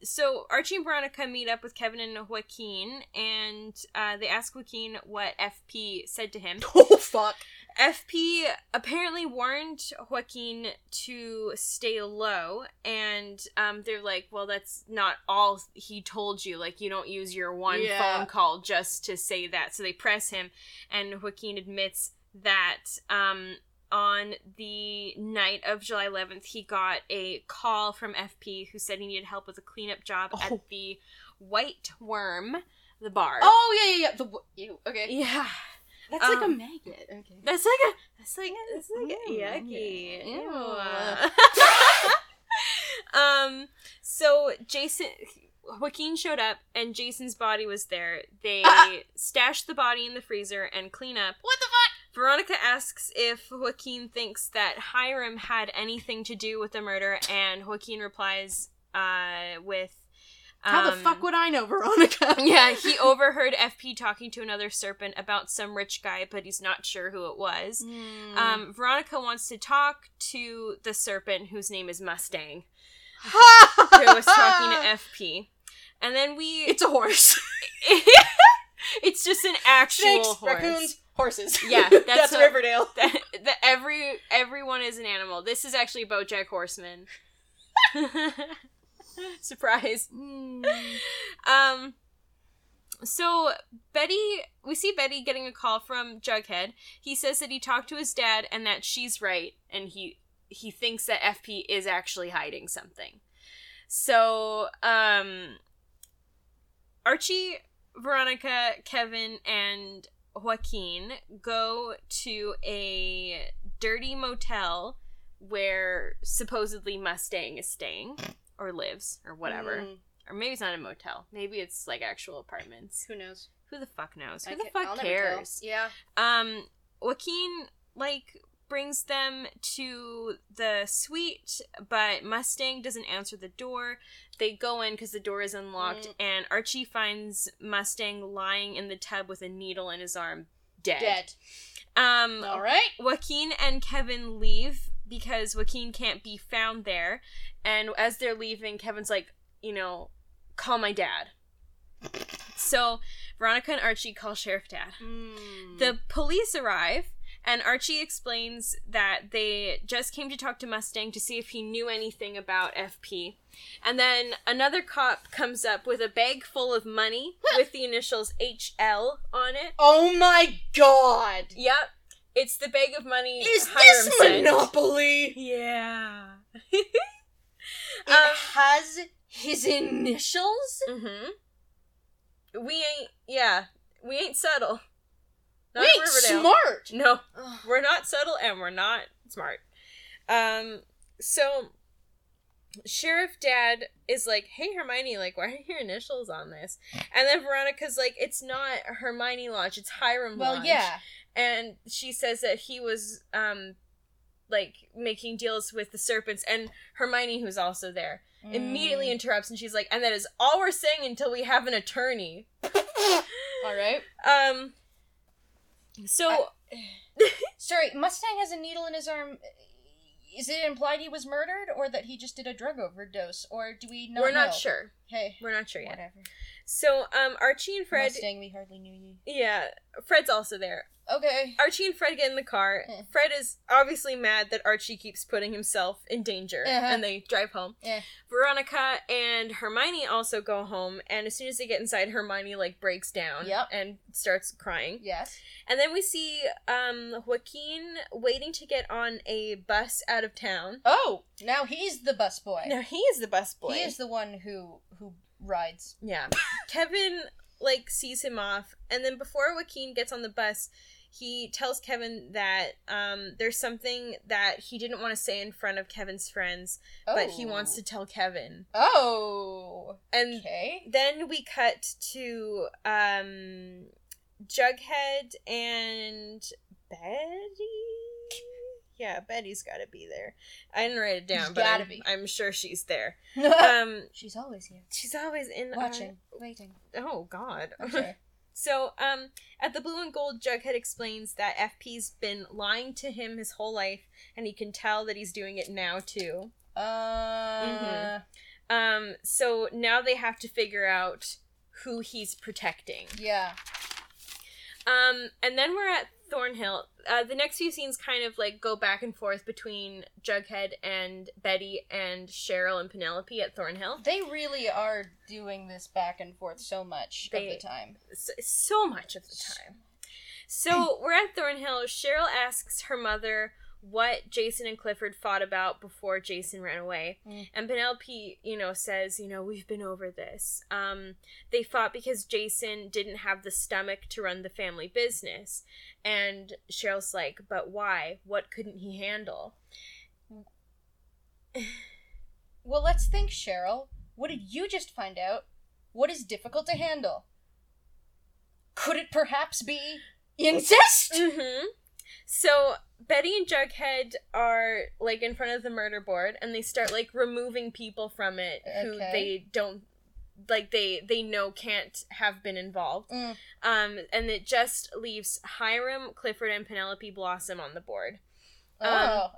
A: so Archie and Veronica meet up with Kevin and Joaquin and uh, they ask Joaquin what FP said to him.
B: Oh fuck!
A: FP apparently warned Joaquin to stay low, and um, they're like, "Well, that's not all he told you. Like, you don't use your one
B: Yeah.
A: phone call just to say that." So they press him, and Joaquin admits that um, on the night of July 11th, he got a call from FP who said he needed help with a cleanup job
B: Oh.
A: at the White Worm, the bar.
B: Oh yeah yeah yeah. The w- ew, okay.
A: yeah.
B: That's like a
A: Um,
B: maggot. Okay.
A: That's like a. That's like that's like
B: Ooh,
A: yucky.
B: yeah.
A: Ew. um. So Jason, Joaquin showed up, and Jason's body was there. They
B: Ah.
A: stashed the body in the freezer and clean up.
B: What the fuck?
A: Veronica asks if Joaquin thinks that Hiram had anything to do with the murder, and Joaquin replies, uh, with.
B: How the
A: um,
B: fuck would I know, Veronica?
A: yeah, he overheard FP talking to another serpent about some rich guy, but he's not sure who it was.
B: Mm.
A: Um, Veronica wants to talk to the serpent whose name is Mustang, who was talking to FP. And then we.
B: It's a horse.
A: it's just an actual
B: Snakes,
A: horse.
B: raccoons,
C: horses.
A: Yeah, that's what-
C: Riverdale.
A: That, that every everyone is an animal. This is actually BoJack Horseman. Surprise. Um. So Betty, we see Betty getting a call from Jughead. He says that he talked to his dad and that she's right, and he he thinks that FP is actually hiding something. So um, Archie, Veronica, Kevin, and Joaquin go to a dirty motel where supposedly Mustang is staying or lives or whatever.
C: Mm,
A: Or maybe it's not a motel. Maybe it's like actual apartments.
C: who knows?
A: Who the fuck knows?
C: I
A: Who the
C: can't- I'll
A: fuck
C: never tell.
A: cares?
C: Yeah.
A: Um, Joaquin like brings them to the suite, but Mustang doesn't answer the door. They go in because the door is unlocked,
C: Mm.
A: and Archie finds Mustang lying in the tub with a needle in his arm, dead.
C: Dead.
A: Um,
C: All right.
A: Joaquin and Kevin leave because Joaquin can't be found there. And as they're leaving, Kevin's like, you know, call my dad. So Veronica and Archie call Sheriff Dad.
C: Mm.
A: The police arrive, and Archie explains that they just came to talk to Mustang to see if he knew anything about FP. And then another cop comes up with a bag full of money with the initials HL on it.
C: oh my god!
A: Yep. It's the bag of money.
C: Is
A: Hiram
C: this
A: sent.
C: Monopoly?
A: Yeah.
C: It
A: um,
B: Um,
C: has his initials.
A: Mm-hmm. We ain't. Yeah. We ain't subtle. Not
C: Wait,
A: Riverdale.
C: smart.
A: No,
C: Ugh.
A: we're not subtle and we're not smart. Um. So, Sheriff Dad is like, "Hey Hermione, like, why are your initials on this?" And then Veronica's like, "It's not Hermione Lodge. It's Hiram
C: Well,
A: Lodge."
C: yeah.
A: and she says that he was um like making deals with the serpents and hermione who's also there
C: Mm.
A: immediately interrupts and she's like and that is all we're saying until we have an attorney
C: All right.
A: um so
C: Sorry, Mustang has a needle in his arm. Is it implied he was murdered, or that he just did a drug overdose, or do we not?
A: we're not
C: know?
A: sure
C: Hey,
A: we're not sure yet
C: whatever.
A: so um archie and fred
C: Mustang, we hardly knew you.
A: yeah fred's also there
C: Okay.
A: archie and fred get in the car
C: Eh.
A: fred is obviously mad that archie keeps putting himself in danger
C: Uh-huh.
A: and they drive home
C: Eh.
A: Veronica and Hermione also go home, and as soon as they get inside, Hermione like breaks down
C: Yep.
A: and starts crying.
C: Yes.
A: And then we see um, Joaquin waiting to get on a bus out of town.
C: Oh, now he's the busboy.
A: Now he is the bus boy.
C: He is the one who who rides.
A: yeah. Kevin like sees him off, and then before Joaquin gets on the bus, he tells Kevin that um, there's something that he didn't want to say in front of Kevin's friends,
C: Oh.
A: but he wants to tell Kevin.
C: Oh.
A: And
C: Okay.
A: then we cut to um Jughead and Betty. Yeah, Betty's got to be there. I didn't write it down,
C: She's
A: but
C: gotta
A: I'm,
C: be.
A: I'm sure she's there. Um,
C: She's always here,
A: she's always in our-
C: watching, waiting.
A: oh God.
C: Okay.
A: So, um, at the Blue and Gold, Jughead explains that FP's been lying to him his whole life, and he can tell that he's doing it now too.
C: uh.
A: Um, so now they have to figure out who he's protecting.
C: Yeah.
A: Um, and then we're at Thornhill. Uh, the next few scenes kind of like go back and forth between Jughead and Betty and Cheryl and Penelope at Thornhill.
C: They really are doing this back and forth so much
A: They-
C: of the time.
A: So, so much of the time. So we're at Thornhill. Cheryl asks her mother what Jason and Clifford fought about before Jason ran away.
C: Mm.
A: And Penelope, you know, says, you know, we've been over this. Um, they fought because Jason didn't have the stomach to run the family business. And Cheryl's like, but why? What couldn't he handle?
C: Well, let's think, Cheryl. What did you just find out? What is difficult to handle? Could it perhaps be incest?
A: Mm-hmm. So Betty and Jughead are like in front of the murder board, and they start like removing people from it who
C: Okay.
A: they don't like. They they know can't have been involved.
C: Mm.
A: Um, and it just leaves Hiram, Clifford, and Penelope Blossom on the board.
C: Oh.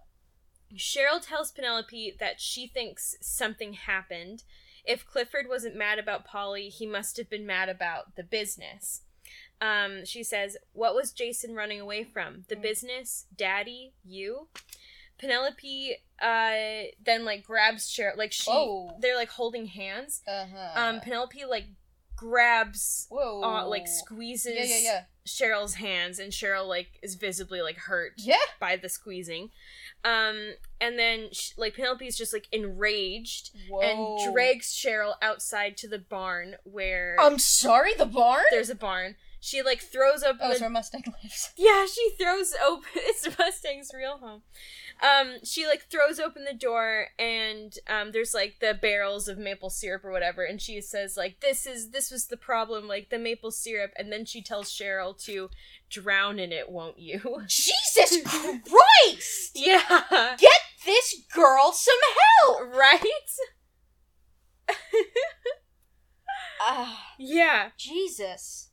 A: Cheryl tells Penelope that she thinks something happened. If Clifford wasn't mad about Polly, he must have been mad about the business. Um, she says, What was Jason running away from?
C: Mm.
A: The business, daddy, you? Penelope uh, then like grabs Cheryl. Like she,
C: Oh.
A: they're like holding hands.
C: Uh-huh.
A: Um, Penelope like grabs,
C: Whoa.
A: uh, like squeezes
C: Oh. Yeah, yeah, yeah.
A: Cheryl's hands, and Cheryl like is visibly like hurt
C: Yeah.
A: by the squeezing. Um, and then sh like Penelope's just like enraged
C: Oh.
A: and drags Cheryl outside to the barn where
C: I'm sorry, the barn?
A: there's a barn. She like throws open
C: Oh,
A: the
C: it's where Mustang lives.
A: yeah, she throws open. It's Mustang's real home. Um, she like throws open the door, and um, there's like the barrels of maple syrup or whatever, and she says like, "This is this was the problem, like the maple syrup," and then she tells Cheryl to drown in it, won't you?
C: Jesus Christ!
A: yeah,
C: Get this girl some help!
A: right.
C: Ah,
A: Yeah.
C: Jesus.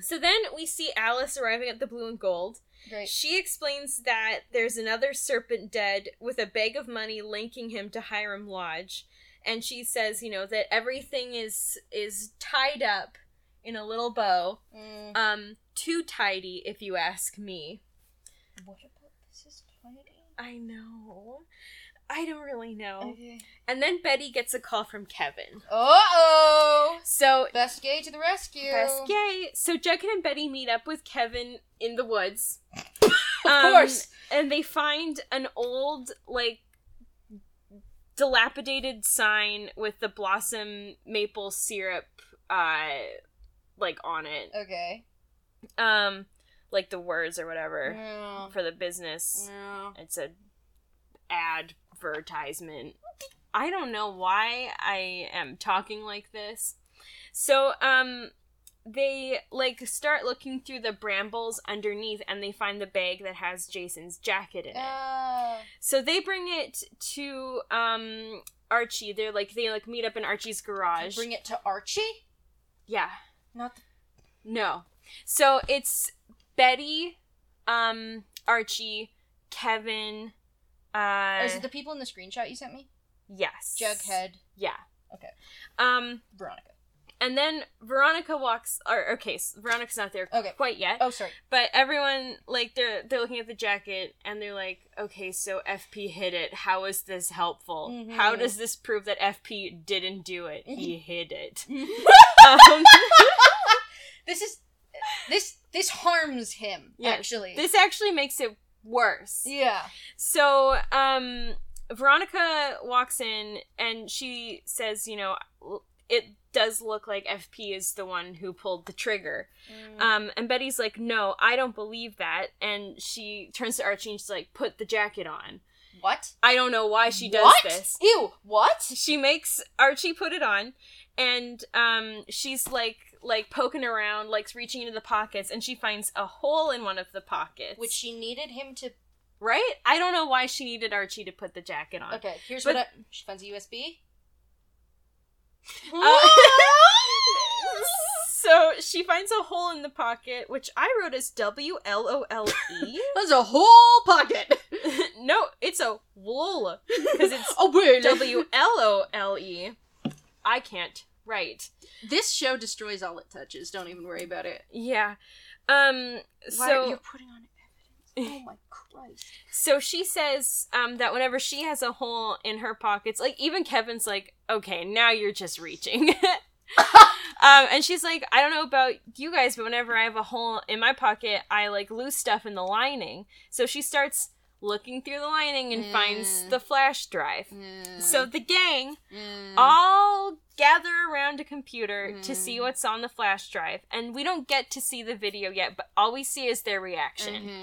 A: So then we see Alice arriving at the Blue and Gold.
C: Great.
A: She explains that there's another serpent dead with a bag of money linking him to Hiram Lodge, and she says, you know, that everything is is tied up in a little bow.
C: Mm.
A: Um, too tidy, if you ask me.
C: What about this is fighting?
A: I know. I don't really know.
C: Okay.
A: And then Betty gets a call from Kevin.
C: Uh-oh!
A: So
C: Best gay to the rescue!
A: Best gay. So Jughead and Betty meet up with Kevin in the woods. Um,
C: Of course!
A: And they find an old, like, dilapidated sign with the blossom maple syrup, uh, like on it.
C: Okay.
A: Um, like the words or whatever
C: No.
A: for the business.
C: No.
A: It's a advertisement. I don't know why I am talking like this. So, um they like start looking through the brambles underneath and they find the bag that has Jason's jacket in it.
C: Ah.
A: So they bring it to um Archie. They're like they like meet up in Archie's garage.
C: Bring it to Archie?
A: yeah.
C: Not the-
A: No. So it's Betty, um Archie, Kevin, uh
C: oh, is it the people in the screenshot you sent me?
A: Yes.
C: Jughead,
A: Yeah.
C: Okay.
A: Um,
C: Veronica.
A: and then Veronica walks. Or okay, s Veronica's not there
C: Okay.
A: quite yet.
C: Oh, sorry.
A: But everyone like they're they're looking at the jacket and they're like, okay, so FP hid it. How is this helpful?
C: Mhm.
A: How does this prove that FP didn't do it? He
C: Mm-hmm.
A: hid it. um,
C: this is this this harms him
A: Yes.
C: actually.
A: this actually makes it worse.
C: yeah.
A: So, um, Veronica walks in and she says, you know, it does look like FP is the one who pulled the trigger.
C: Mm-hmm.
A: Um, and Betty's like, no, I don't believe that. And she turns to Archie and she's like, put the jacket on.
C: Mm, what?
A: I don't know why she does
C: what?
A: this.
C: Ew. What?
A: She makes Archie put it on, and um, she's like, like poking around, like reaching into the pockets, and she finds a hole in one of the pockets.
C: Which she needed him to.
A: right? I don't know why she needed Archie to put the jacket on.
C: Okay. Here's
A: But-
C: what I, she finds a USB.
A: Uh, so she finds a hole in the pocket, which I wrote as W L O L E.
C: That's a whole pocket.
A: No, it's a wool because it's
C: Oh wait.
A: W L O L E. I can't write.
C: This show destroys all it touches. Don't even worry about it.
A: Yeah. Um.
C: Why
A: so
C: you're putting on evidence? Oh my Christ.
A: so she says um that whenever she has a hole in her pockets, like even Kevin's like, okay, now you're just reaching. Um, and she's like, I don't know about you guys, but whenever I have a hole in my pocket, I like lose stuff in the lining. So she starts looking through the lining and finds
C: Mm.
A: the flash drive. So the gang
C: Mm.
A: all gather around a computer to
C: Mm.
A: see what's on the flash drive. And we don't get to see the video yet, but all we see is their reaction.
C: Mhm.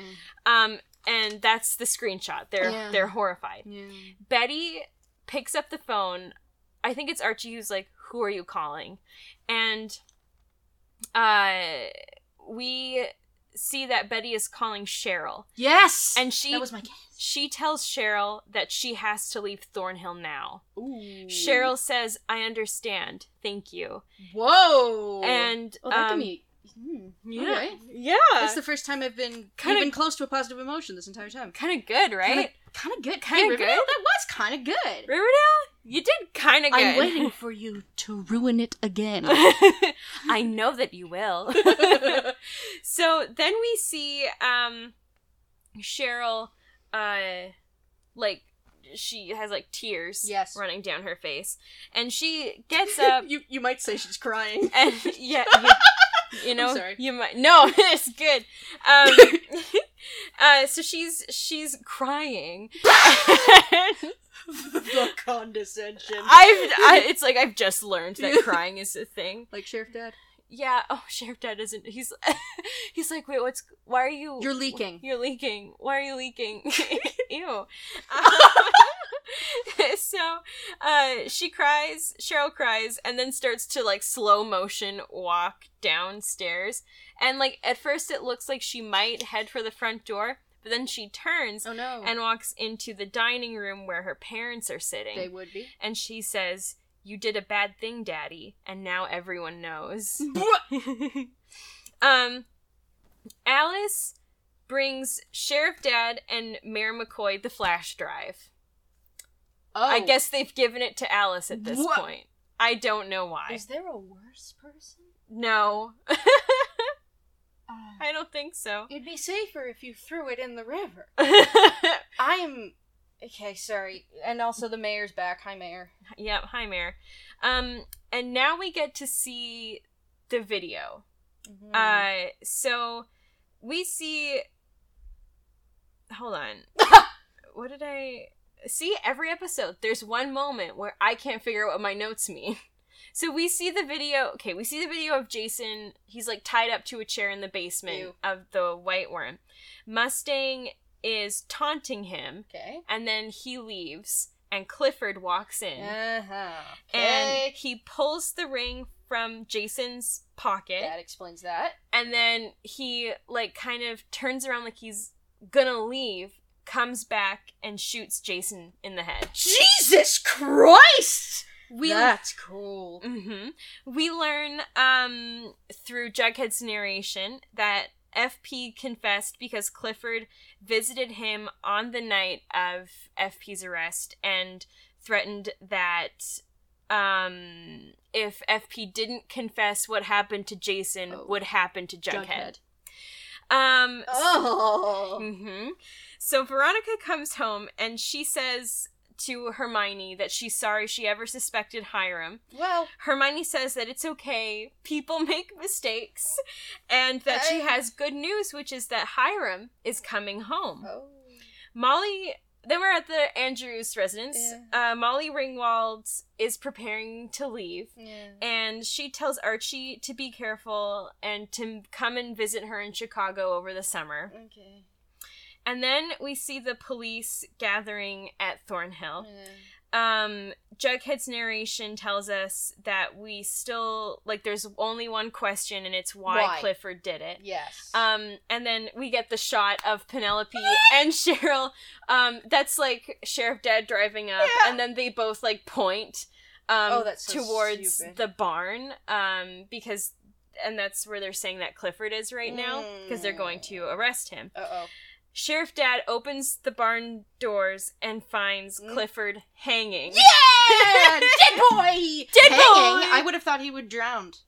A: Um, and that's the screenshot. They're
C: Yeah.
A: they're horrified.
C: Yeah.
A: Betty picks up the phone. I think it's Archie who's like, "Who are you calling?" And uh we see that Betty is calling Cheryl.
C: Yes.
A: And she
C: that was my guess.
A: she tells Cheryl that she has to leave Thornhill now.
C: Ooh.
A: Cheryl says, "I understand. Thank you."
C: Whoa.
A: And
C: Oh, Well, that
A: um,
C: can be. Hmm.
A: yeah.
C: Alright.
A: Yeah.
C: That's the first time I've been
A: Kinda-
C: even close to a positive emotion this entire time.
A: kind of good, right?
C: Kind of good.
A: Kinda
C: Hey, Riverdale,
A: good?
C: That was kind of good.
A: Riverdale, you did kind of good.
B: I'm waiting for you to ruin it again.
F: I know that you will.
A: so then we see um Cheryl uh like she has like tears
B: Yes.
A: running down her face and she gets up
B: you you might say she's crying.
A: and yeah you, you know
B: sorry.
A: you might no it's good um uh so she's she's crying
B: the condescension.
A: I've I, it's like I've just learned that crying is a thing.
B: Like Sheriff Dad.
A: Yeah. Oh, Sheriff Dad isn't. He's he's like, wait, what's? Why are you?
B: You're leaking.
A: You're leaking. Why are you leaking? Ew. Um, so, uh, she cries. Cheryl cries, and then starts to like slow motion walk downstairs. And like at first, it looks like she might head for the front door, but then she turns
B: Oh no.
A: and walks into the dining room where her parents are sitting
B: they would be.
A: and she says, "You did a bad thing, Daddy, and now everyone knows." um, Alice brings Sheriff Dad and Mayor McCoy the flash drive.
B: Oh,
A: I guess they've given it to Alice at this
B: Wha-
A: point. I don't know why.
B: Is there a worse person?
A: no,
B: Uh,
A: I don't think so.
B: it'd be safer if you threw it in the river.
A: yep.
B: I'm okay. Sorry. And also the mayor's back. Hi, mayor.
A: Hi, Mayor. Um, and now we get to see the video.
B: Mm-hmm.
A: Uh, so we see. Hold on. what did I see? Every episode, there's one moment where I can't figure out what my notes mean. So we see the video. Okay, we see the video of Jason. He's like tied up to a chair in the basement
B: Ew.
A: of the White Worm. Mustang is taunting him,
B: okay.
A: and then he leaves, and Clifford walks in,
B: Uh huh.
A: and he pulls the ring from Jason's pocket
B: that explains that.
A: and then he like kind of turns around like he's gonna leave comes back and shoots jason in the head
B: Jesus Christ!
A: we
B: That's cool.
A: Mhm. we learn um through jughead's narration that fp confessed because clifford visited him on the night of fp's arrest and threatened that um if fp didn't confess what happened to jason
B: Oh.
A: would happen to jughead, um
B: Oh.
A: hmm So Veronica comes home and she says to Hermione that she's sorry she ever suspected Hiram.
B: Well,
A: Hermione says that it's okay, people make mistakes, and that she
B: I-
A: has good news, which is that Hiram is coming home.
B: oh.
A: Molly. Then we're at the Andrews residence. Uh, Molly Ringwald is preparing to leave,
B: Yeah.
A: and she tells Archie to be careful and to come and visit her in Chicago over the summer.
B: Okay.
A: And then we see the police gathering at Thornhill.
B: Yeah.
A: Um, Jughead's narration tells us that we still, like, there's only one question, and it's why,
B: Why?
A: Clifford did it.
B: Yes.
A: Um, and then we get the shot of Penelope and Cheryl. Um, that's like Sheriff Dad driving up,
B: Yeah.
A: and then they both like point um
B: Oh, that's so
A: towards
B: stupid.
A: the barn. Um, because and that's where they're saying that Clifford is right now because they're going to arrest him.
B: uh oh.
A: Sheriff Dad opens the barn doors and finds
B: Mm.
A: Clifford hanging.
B: Yeah! Dead boy!
A: Dead
B: Hanging,
A: boy!
B: I would have thought he would drowned.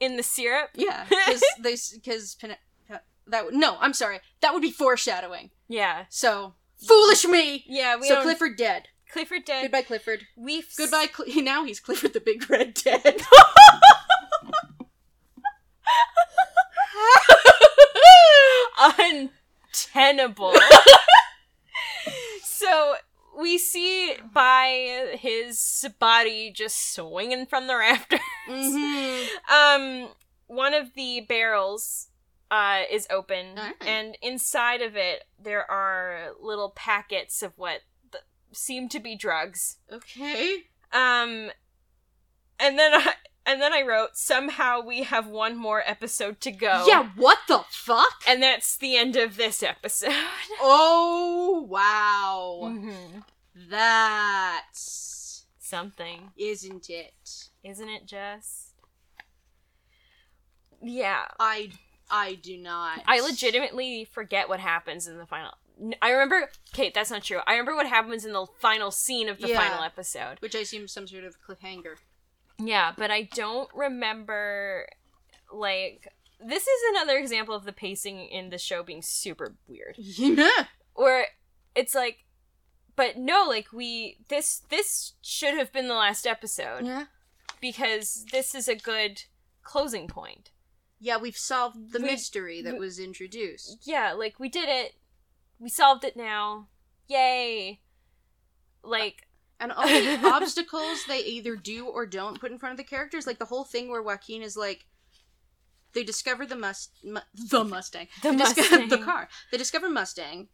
A: In the syrup?
B: Yeah. Because that would no, I'm sorry. That would be foreshadowing.
A: Yeah.
B: So foolish me.
A: Yeah, we
B: so
A: don't-
B: Clifford dead.
A: Clifford Dead.
B: Goodbye, Clifford.
A: We've s-
B: Goodbye. Cl- now he's Clifford the Big Red Dead.
A: Untenable. so we see by his body just swinging from the rafters.
B: Mhm.
A: Um, one of the barrels uh, is open,
B: Alright.
A: and inside of it there are little packets of what th- seem to be drugs.
B: Okay.
A: Um, and then I and then I wrote somehow we have one more episode to go.
B: Yeah. What the fuck?
A: and that's the end of this episode.
B: Oh wow. That
A: Something,
B: isn't it.
A: isn't it, just? Yeah,
B: I I do not.
A: I legitimately forget what happens in the final n- I remember. Kate, that's not true. I remember what happens in the final scene of the
B: Yeah.
A: final episode.
B: Which I assume is some sort of cliffhanger.
A: Yeah, but I don't remember. Like this is another example of the pacing in the show being super weird.
B: Yeah.
A: Or it's like, but no, like we this this should have been the last episode
B: Yeah.
A: because this is a good closing point.
B: Yeah, we've solved the
A: We-
B: mystery that
A: we-
B: was introduced.
A: yeah, like we did it. We solved it now. Yay. Like
B: And all the obstacles they either do or don't put in front of the characters, like the whole thing where Joaquin is like, they discover the must mu- the Mustang,
A: The
B: They disco-
A: Mustang.
B: the car. They discover Mustang.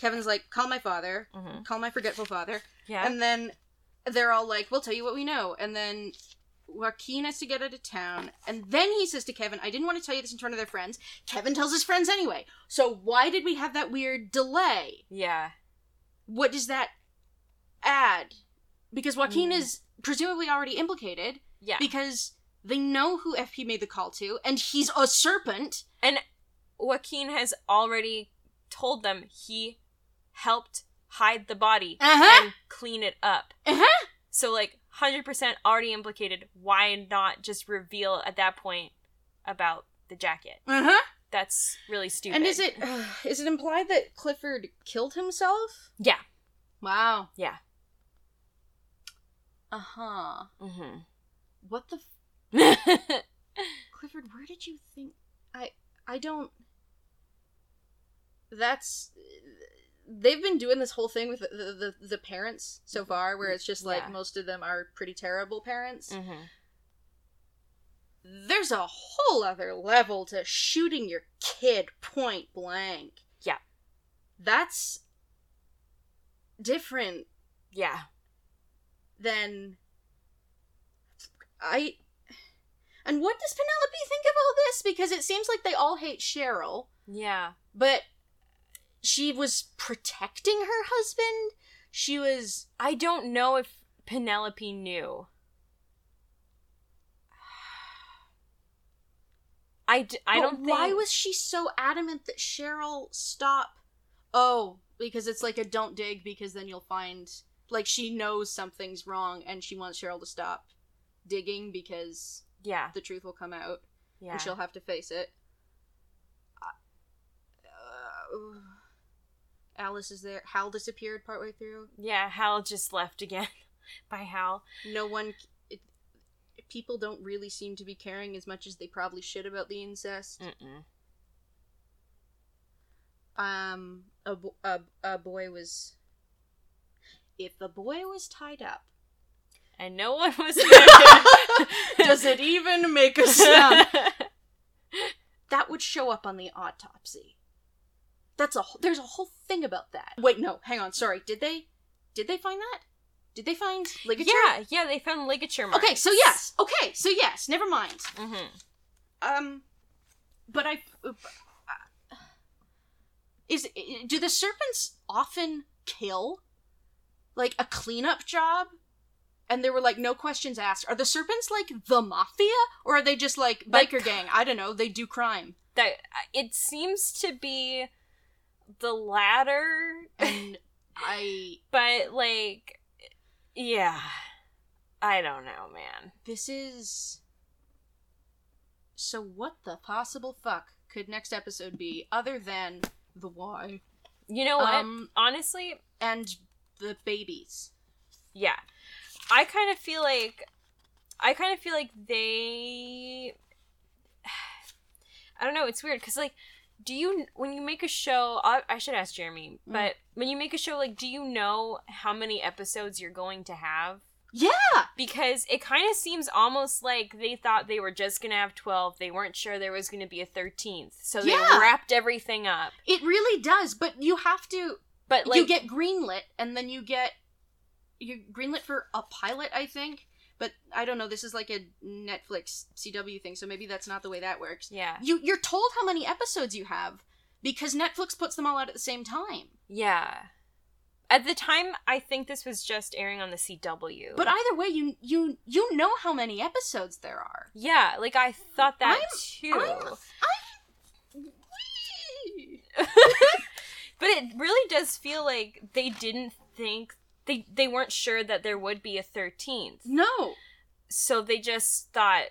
B: Kevin's like, call my father,
A: Mhm.
B: call my forgetful father,
A: yeah.
B: and then they're all like, we'll tell you what we know, and then. Joaquin has to get out of town, and then he says to Kevin, I didn't want to tell you this in front of their friends. Kevin tells his friends anyway. So, why did we have that weird delay?
A: yeah.
B: what does that add? Because Joaquin
A: Mm.
B: is presumably already implicated
A: Yeah.
B: because they know who FP made the call to, and he's a serpent.
A: Joaquin has already told them he helped hide the body
B: Uh huh.
A: and clean it up.
B: Uh huh.
A: So like 100% already implicated. Why not just reveal at that point about the jacket?
B: Uh huh.
A: That's really stupid.
B: And is it
C: Uh-huh.
B: is it implied that Clifford killed himself?
A: Yeah.
B: Wow.
A: Yeah.
B: Uh huh.
A: Mhm.
B: What the f- Clifford? Where did you think? I I don't. That's. uh, They've been doing this whole thing with the the, the, the parents so far, where it's just like
A: Mm-hmm. Yeah.
B: most of them are pretty terrible parents.
A: mhm. Mm.
B: There's a whole other level to shooting your kid point blank.
A: Yeah.
B: That's different
A: Yeah.
B: than I. And what does Penelope think of all this? Because it seems like they all hate Cheryl.
A: Yeah.
B: but she was protecting her husband. She was
A: I don't know if Penelope knew. I, d- I
B: but
A: don't think.
B: Why was she so adamant that Cheryl stop? Oh, because it's like a don't dig because then you'll find like she knows something's wrong and she wants Cheryl to stop digging because
A: Yeah.
B: the truth will come out
A: Yeah.
B: and she'll have to face it. Uh, Alice is there. Hal disappeared partway through.
A: Yeah. Hal just left again by Hal.
B: no one it, people don't really seem to be caring as much as they probably should about the incest
A: Mm-mm.
B: um a, bo- a, a boy was if the boy was tied up
A: And no one was.
B: does it even make a sound
A: yeah.
B: that would show up on the autopsy that's a wh- there's a whole thing about that wait no hang on sorry did they did they find that did they find ligature
A: Yeah. They found ligature marks.
B: okay so yes okay so yes never mind
A: hmm
B: Um, but I uh, is do the serpents often kill, like a cleanup job? And there were like no questions asked. Are the serpents like the mafia, or are they just like
A: Like-
B: biker gang? I don't know. They do crime,
A: That uh, it seems to be the latter,
B: and I
A: but like, yeah. I don't know, man.
B: this is. So what the possible fuck could next episode be other than the why
A: You know what?
B: Um,
A: Honestly,
B: and the babies?
A: yeah. I kind of feel like I kind of feel like they I don't know, it's weird cuz like do you when you make a show I, I should ask Jeremy,
B: Mm.
A: but when you make a show like do you know how many episodes you're going to have?
B: Yeah.
A: Because it kind of seems almost like they thought they were just going to have 12. They weren't sure there was going to be a 13th. So they
B: Yeah.
A: wrapped everything up.
B: It really does, but you have to.
A: But like
B: you get greenlit, and then you get you greenlit for a pilot, I think. But I don't know. This is like a Netflix CW thing, so maybe that's not the way that works.
A: yeah.
B: You you're told how many episodes you have because Netflix puts them all out at the same time.
A: Yeah. At the time, I think this was just airing on the CW.
B: But either way, you you you know how many episodes there are.
A: yeah, like I thought that
B: I'm-
A: too.
B: I'm-
A: But it really does feel like they didn't think they they weren't sure that there would be a 13th.
B: No.
A: So they just thought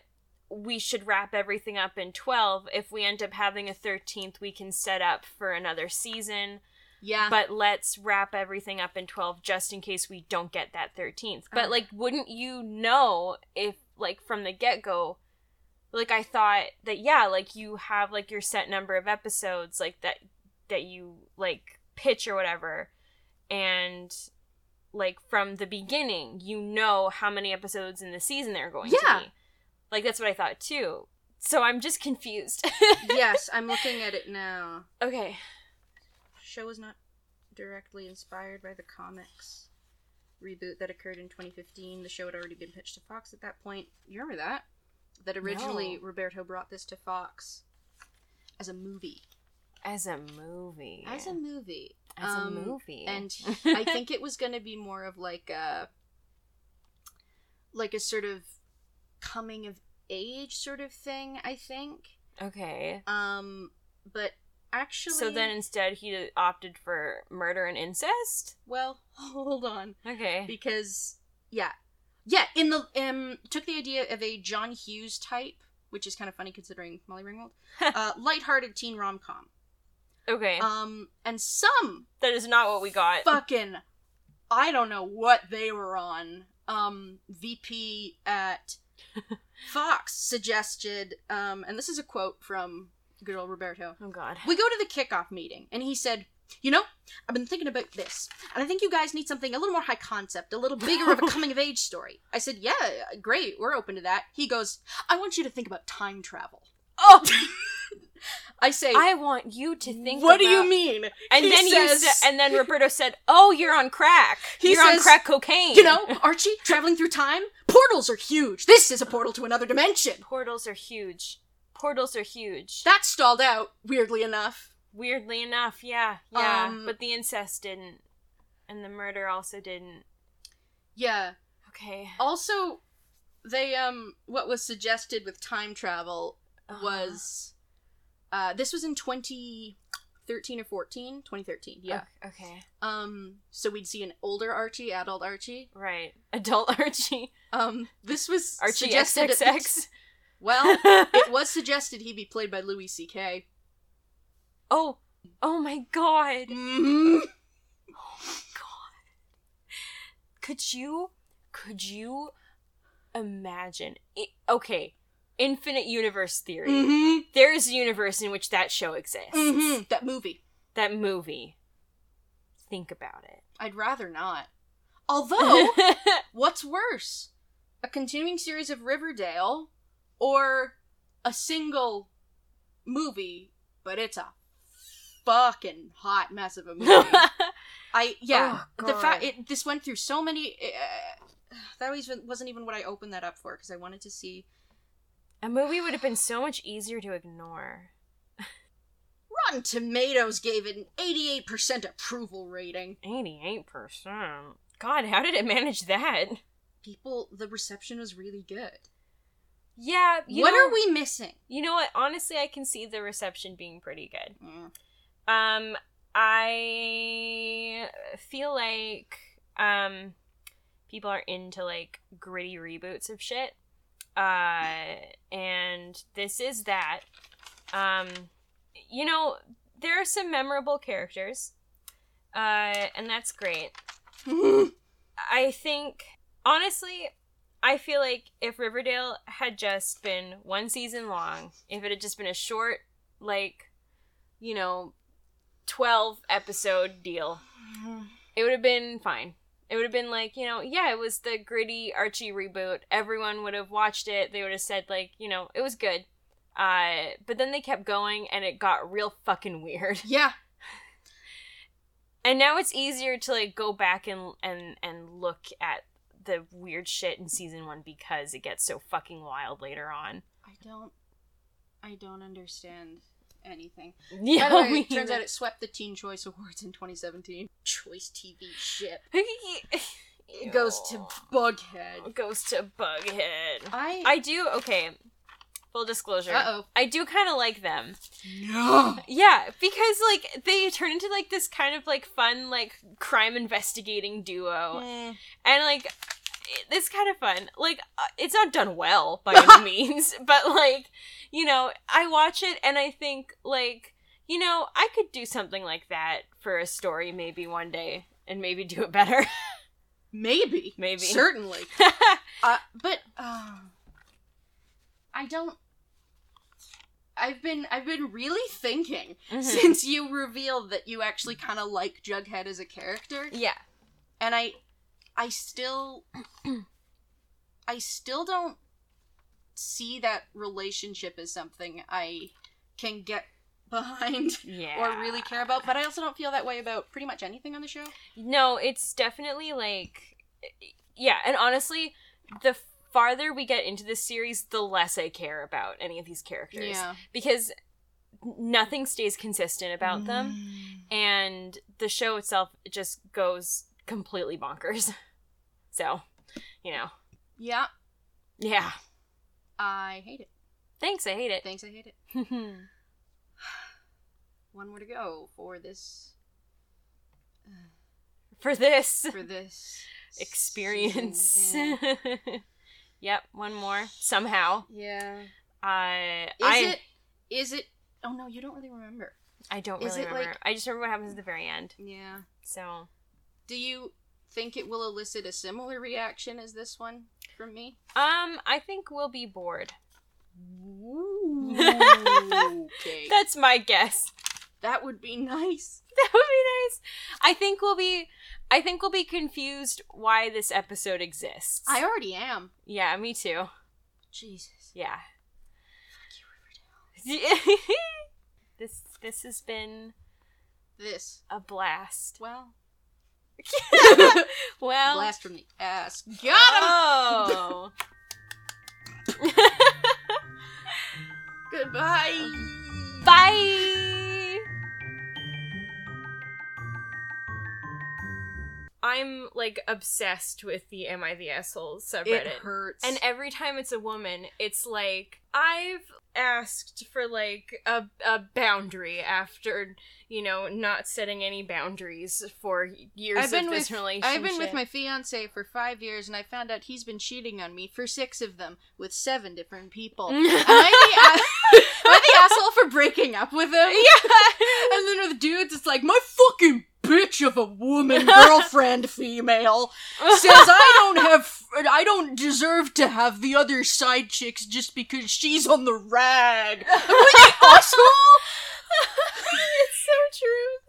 A: we should wrap everything up in 12. If we end up having a 13th, we can set up for another season.
B: Yeah.
A: But let's wrap everything up in 12 just in case we don't get that 13th. But
B: Uh.
A: like wouldn't you know if like from the get-go like I thought that yeah, like you have like your set number of episodes like that that you like pitch or whatever and like from the beginning you know how many episodes in the season they're going
B: Yeah.
A: to be. Like that's what I thought too. So I'm just confused.
B: yes, I'm looking at it now.
A: okay.
B: Show was not directly inspired by the comics reboot that occurred in 2015. The show had already been pitched to Fox at that point. You remember that? That originally
A: No.
B: Roberto brought this to Fox as a movie.
A: As a movie.
B: As a movie.
A: As a
B: Um,
A: movie.
B: and I think it was going to be more of like a like a sort of coming of age sort of thing, I think.
A: okay.
B: Um but actually
A: So then instead he opted for murder and incest?
B: well, hold on
A: Okay.
B: because yeah. Yeah, in the um took the idea of a John Hughes type, which is kind of funny considering Molly Ringwald. uh lighthearted teen rom-com.
A: Okay.
B: Um and some
A: that is not what we got.
B: fucking I don't know what they were on. Um VP at Fox suggested um and this is a quote from good old Roberto.
A: Oh god.
B: We go to the kickoff meeting and he said, "You know, I've been thinking about this. And I think you guys need something a little more high concept, a little bigger of
A: Oh.
B: a coming of age story." I said, "Yeah, great. We're open to that." He goes, "I want you to think about time travel."
A: Oh,
B: I say,
A: I want you to think
B: "What do you
A: about-
B: mean?"
A: And
B: He
A: then
B: says-
A: you sa- and then Roberto said, "Oh, you're on crack.
B: He
A: you're
B: says-
A: on crack cocaine."
B: You know, Archie, traveling through time, portals are huge. This is a portal to another dimension.
A: portals are huge. Portals are huge.
B: That stalled out, weirdly enough.
A: Weirdly enough, yeah, yeah.
B: Um,
A: but the incest didn't, and the murder also didn't.
B: Yeah.
A: Okay.
B: Also, they, um, what was suggested with time travel was,
A: Uh-huh.
B: uh, this was in 2013 or 14? 2013, yeah.
A: O- Okay.
B: Um, so we'd see an older Archie, adult Archie.
A: Right. Adult Archie.
B: Um, this was
A: Archie
B: suggested at the
A: XXX.
B: t- well, it was suggested he be played by Louis C.K.
A: oh. Oh my god.
B: Mm-hmm.
A: could you could you imagine it, okay infinite universe theory
B: Mm-hmm.
A: There is a universe in which that show exists
B: Mhm, That movie.
A: that movie think about it
B: I'd rather not. Although, what's worse? A continuing series of Riverdale or a single movie, but it's a fucking hot mess of a movie. I yeah,
A: Oh,
B: the fact
A: God.
B: it this went through so many uh, that always wasn't even what I opened that up for because I wanted to see
A: a movie would have been so much easier to ignore
B: Rotten Tomatoes gave it an 88% approval rating.
A: 88% god how did it manage that
B: People the reception was really good.
A: yeah you
B: what
A: know-
B: are we missing?
A: you know what honestly i can see the reception being pretty good
B: Mm.
A: Um, I feel like um, people are into like gritty reboots of shit, uh, and this is that. Um, you know, there are some memorable characters, uh, and that's great. I think honestly, I feel like if Riverdale had just been one season long, if it had just been a short, like, you know, twelve episode deal, it would have been fine. It would have been like, you know, yeah, it was the gritty Archie reboot. Everyone would have watched it. They would have said like, you know, it was good. Uh, but then they kept going and it got real fucking weird
B: yeah.
A: and now it's easier to like go back and and and look at the weird shit in season one because it gets so fucking wild later on.
B: I don't I don't understand anything.
A: Yeah,
B: By the way,
A: we-
B: it turns out it swept the Teen Choice Awards in 2017. Choice TV ship. It goes to
A: Ew.
B: Bughead.
A: goes to Bughead.
B: I,
A: I do okay. Full disclosure.
B: Uh-oh.
A: I do kind of like them.
B: No.
A: Yeah, because like they turn into like this kind of like fun like crime investigating duo,
B: Eh.
A: and like it- it's kind of fun. Like uh, it's not done well by any means, but like you know, I watch it and I think like you know I could do something like that for a story maybe one day and maybe do it better.
B: Maybe.
A: Maybe. Ah,
B: Certainly. Uh, but uh, I don't. I've been I've been really thinking
A: Mhm.
B: since you revealed that you actually kind of like Jughead as a character,
A: Yeah.
B: and I, I still, I still don't see that relationship as something I can get behind
A: Yeah.
B: or really care about. But I also don't feel that way about pretty much anything on the show.
A: No, it's definitely like yeah, and honestly, the farther we get into this series, the less I care about any of these characters because nothing stays consistent about them
B: Mm.
A: and the show itself just goes completely bonkers. So, you know.
B: Yeah,
A: Yeah.
B: I hate it.
A: Thanks, I hate
B: Thanks, I hate it.
A: it.
B: One more to go for this
A: For this
B: for this season.
A: experience.
B: Yeah.
A: yep, one more somehow.
B: Yeah. Is
A: I I
B: it? Is it? Oh no, you don't really remember.
A: I don't
B: Is
A: really
B: it,
A: remember.
B: like-
A: I just remember what happens at the very end.
B: Yeah.
A: So
B: Do you think it will elicit a similar reaction as this one from me?
A: Um, I think we'll be bored.
B: okay.
A: That's my guess.
B: That would be nice.
A: That would be nice. I think we'll be I think we'll be confused why this episode exists.
B: I already am.
A: yeah, me too.
B: Jesus.
A: Yeah. this this has been
B: This.
A: a blast.
B: Well,
A: Well, uh,
B: blast from the ass. Got him!
A: oh.
B: Oh. Goodbye.
A: Bye. I'm like obsessed with the Am I the Asshole
B: It
A: subreddit.
B: hurts.
A: And every time it's a woman, it's like I've asked for like a a boundary after you know not setting any boundaries for years
B: I've been
A: of this
B: with
A: relationship.
B: I've been with my fiance for five years, and I found out he's been cheating on me for six of them with seven different people. Am I the, a- am I the asshole for breaking up with him? Yeah. And then with dudes, it's like my fucking bitch of a woman, girlfriend, female says I don't have, I don't deserve to have the other side chicks just because she's on the rag. Am I the asshole?
A: it's so true.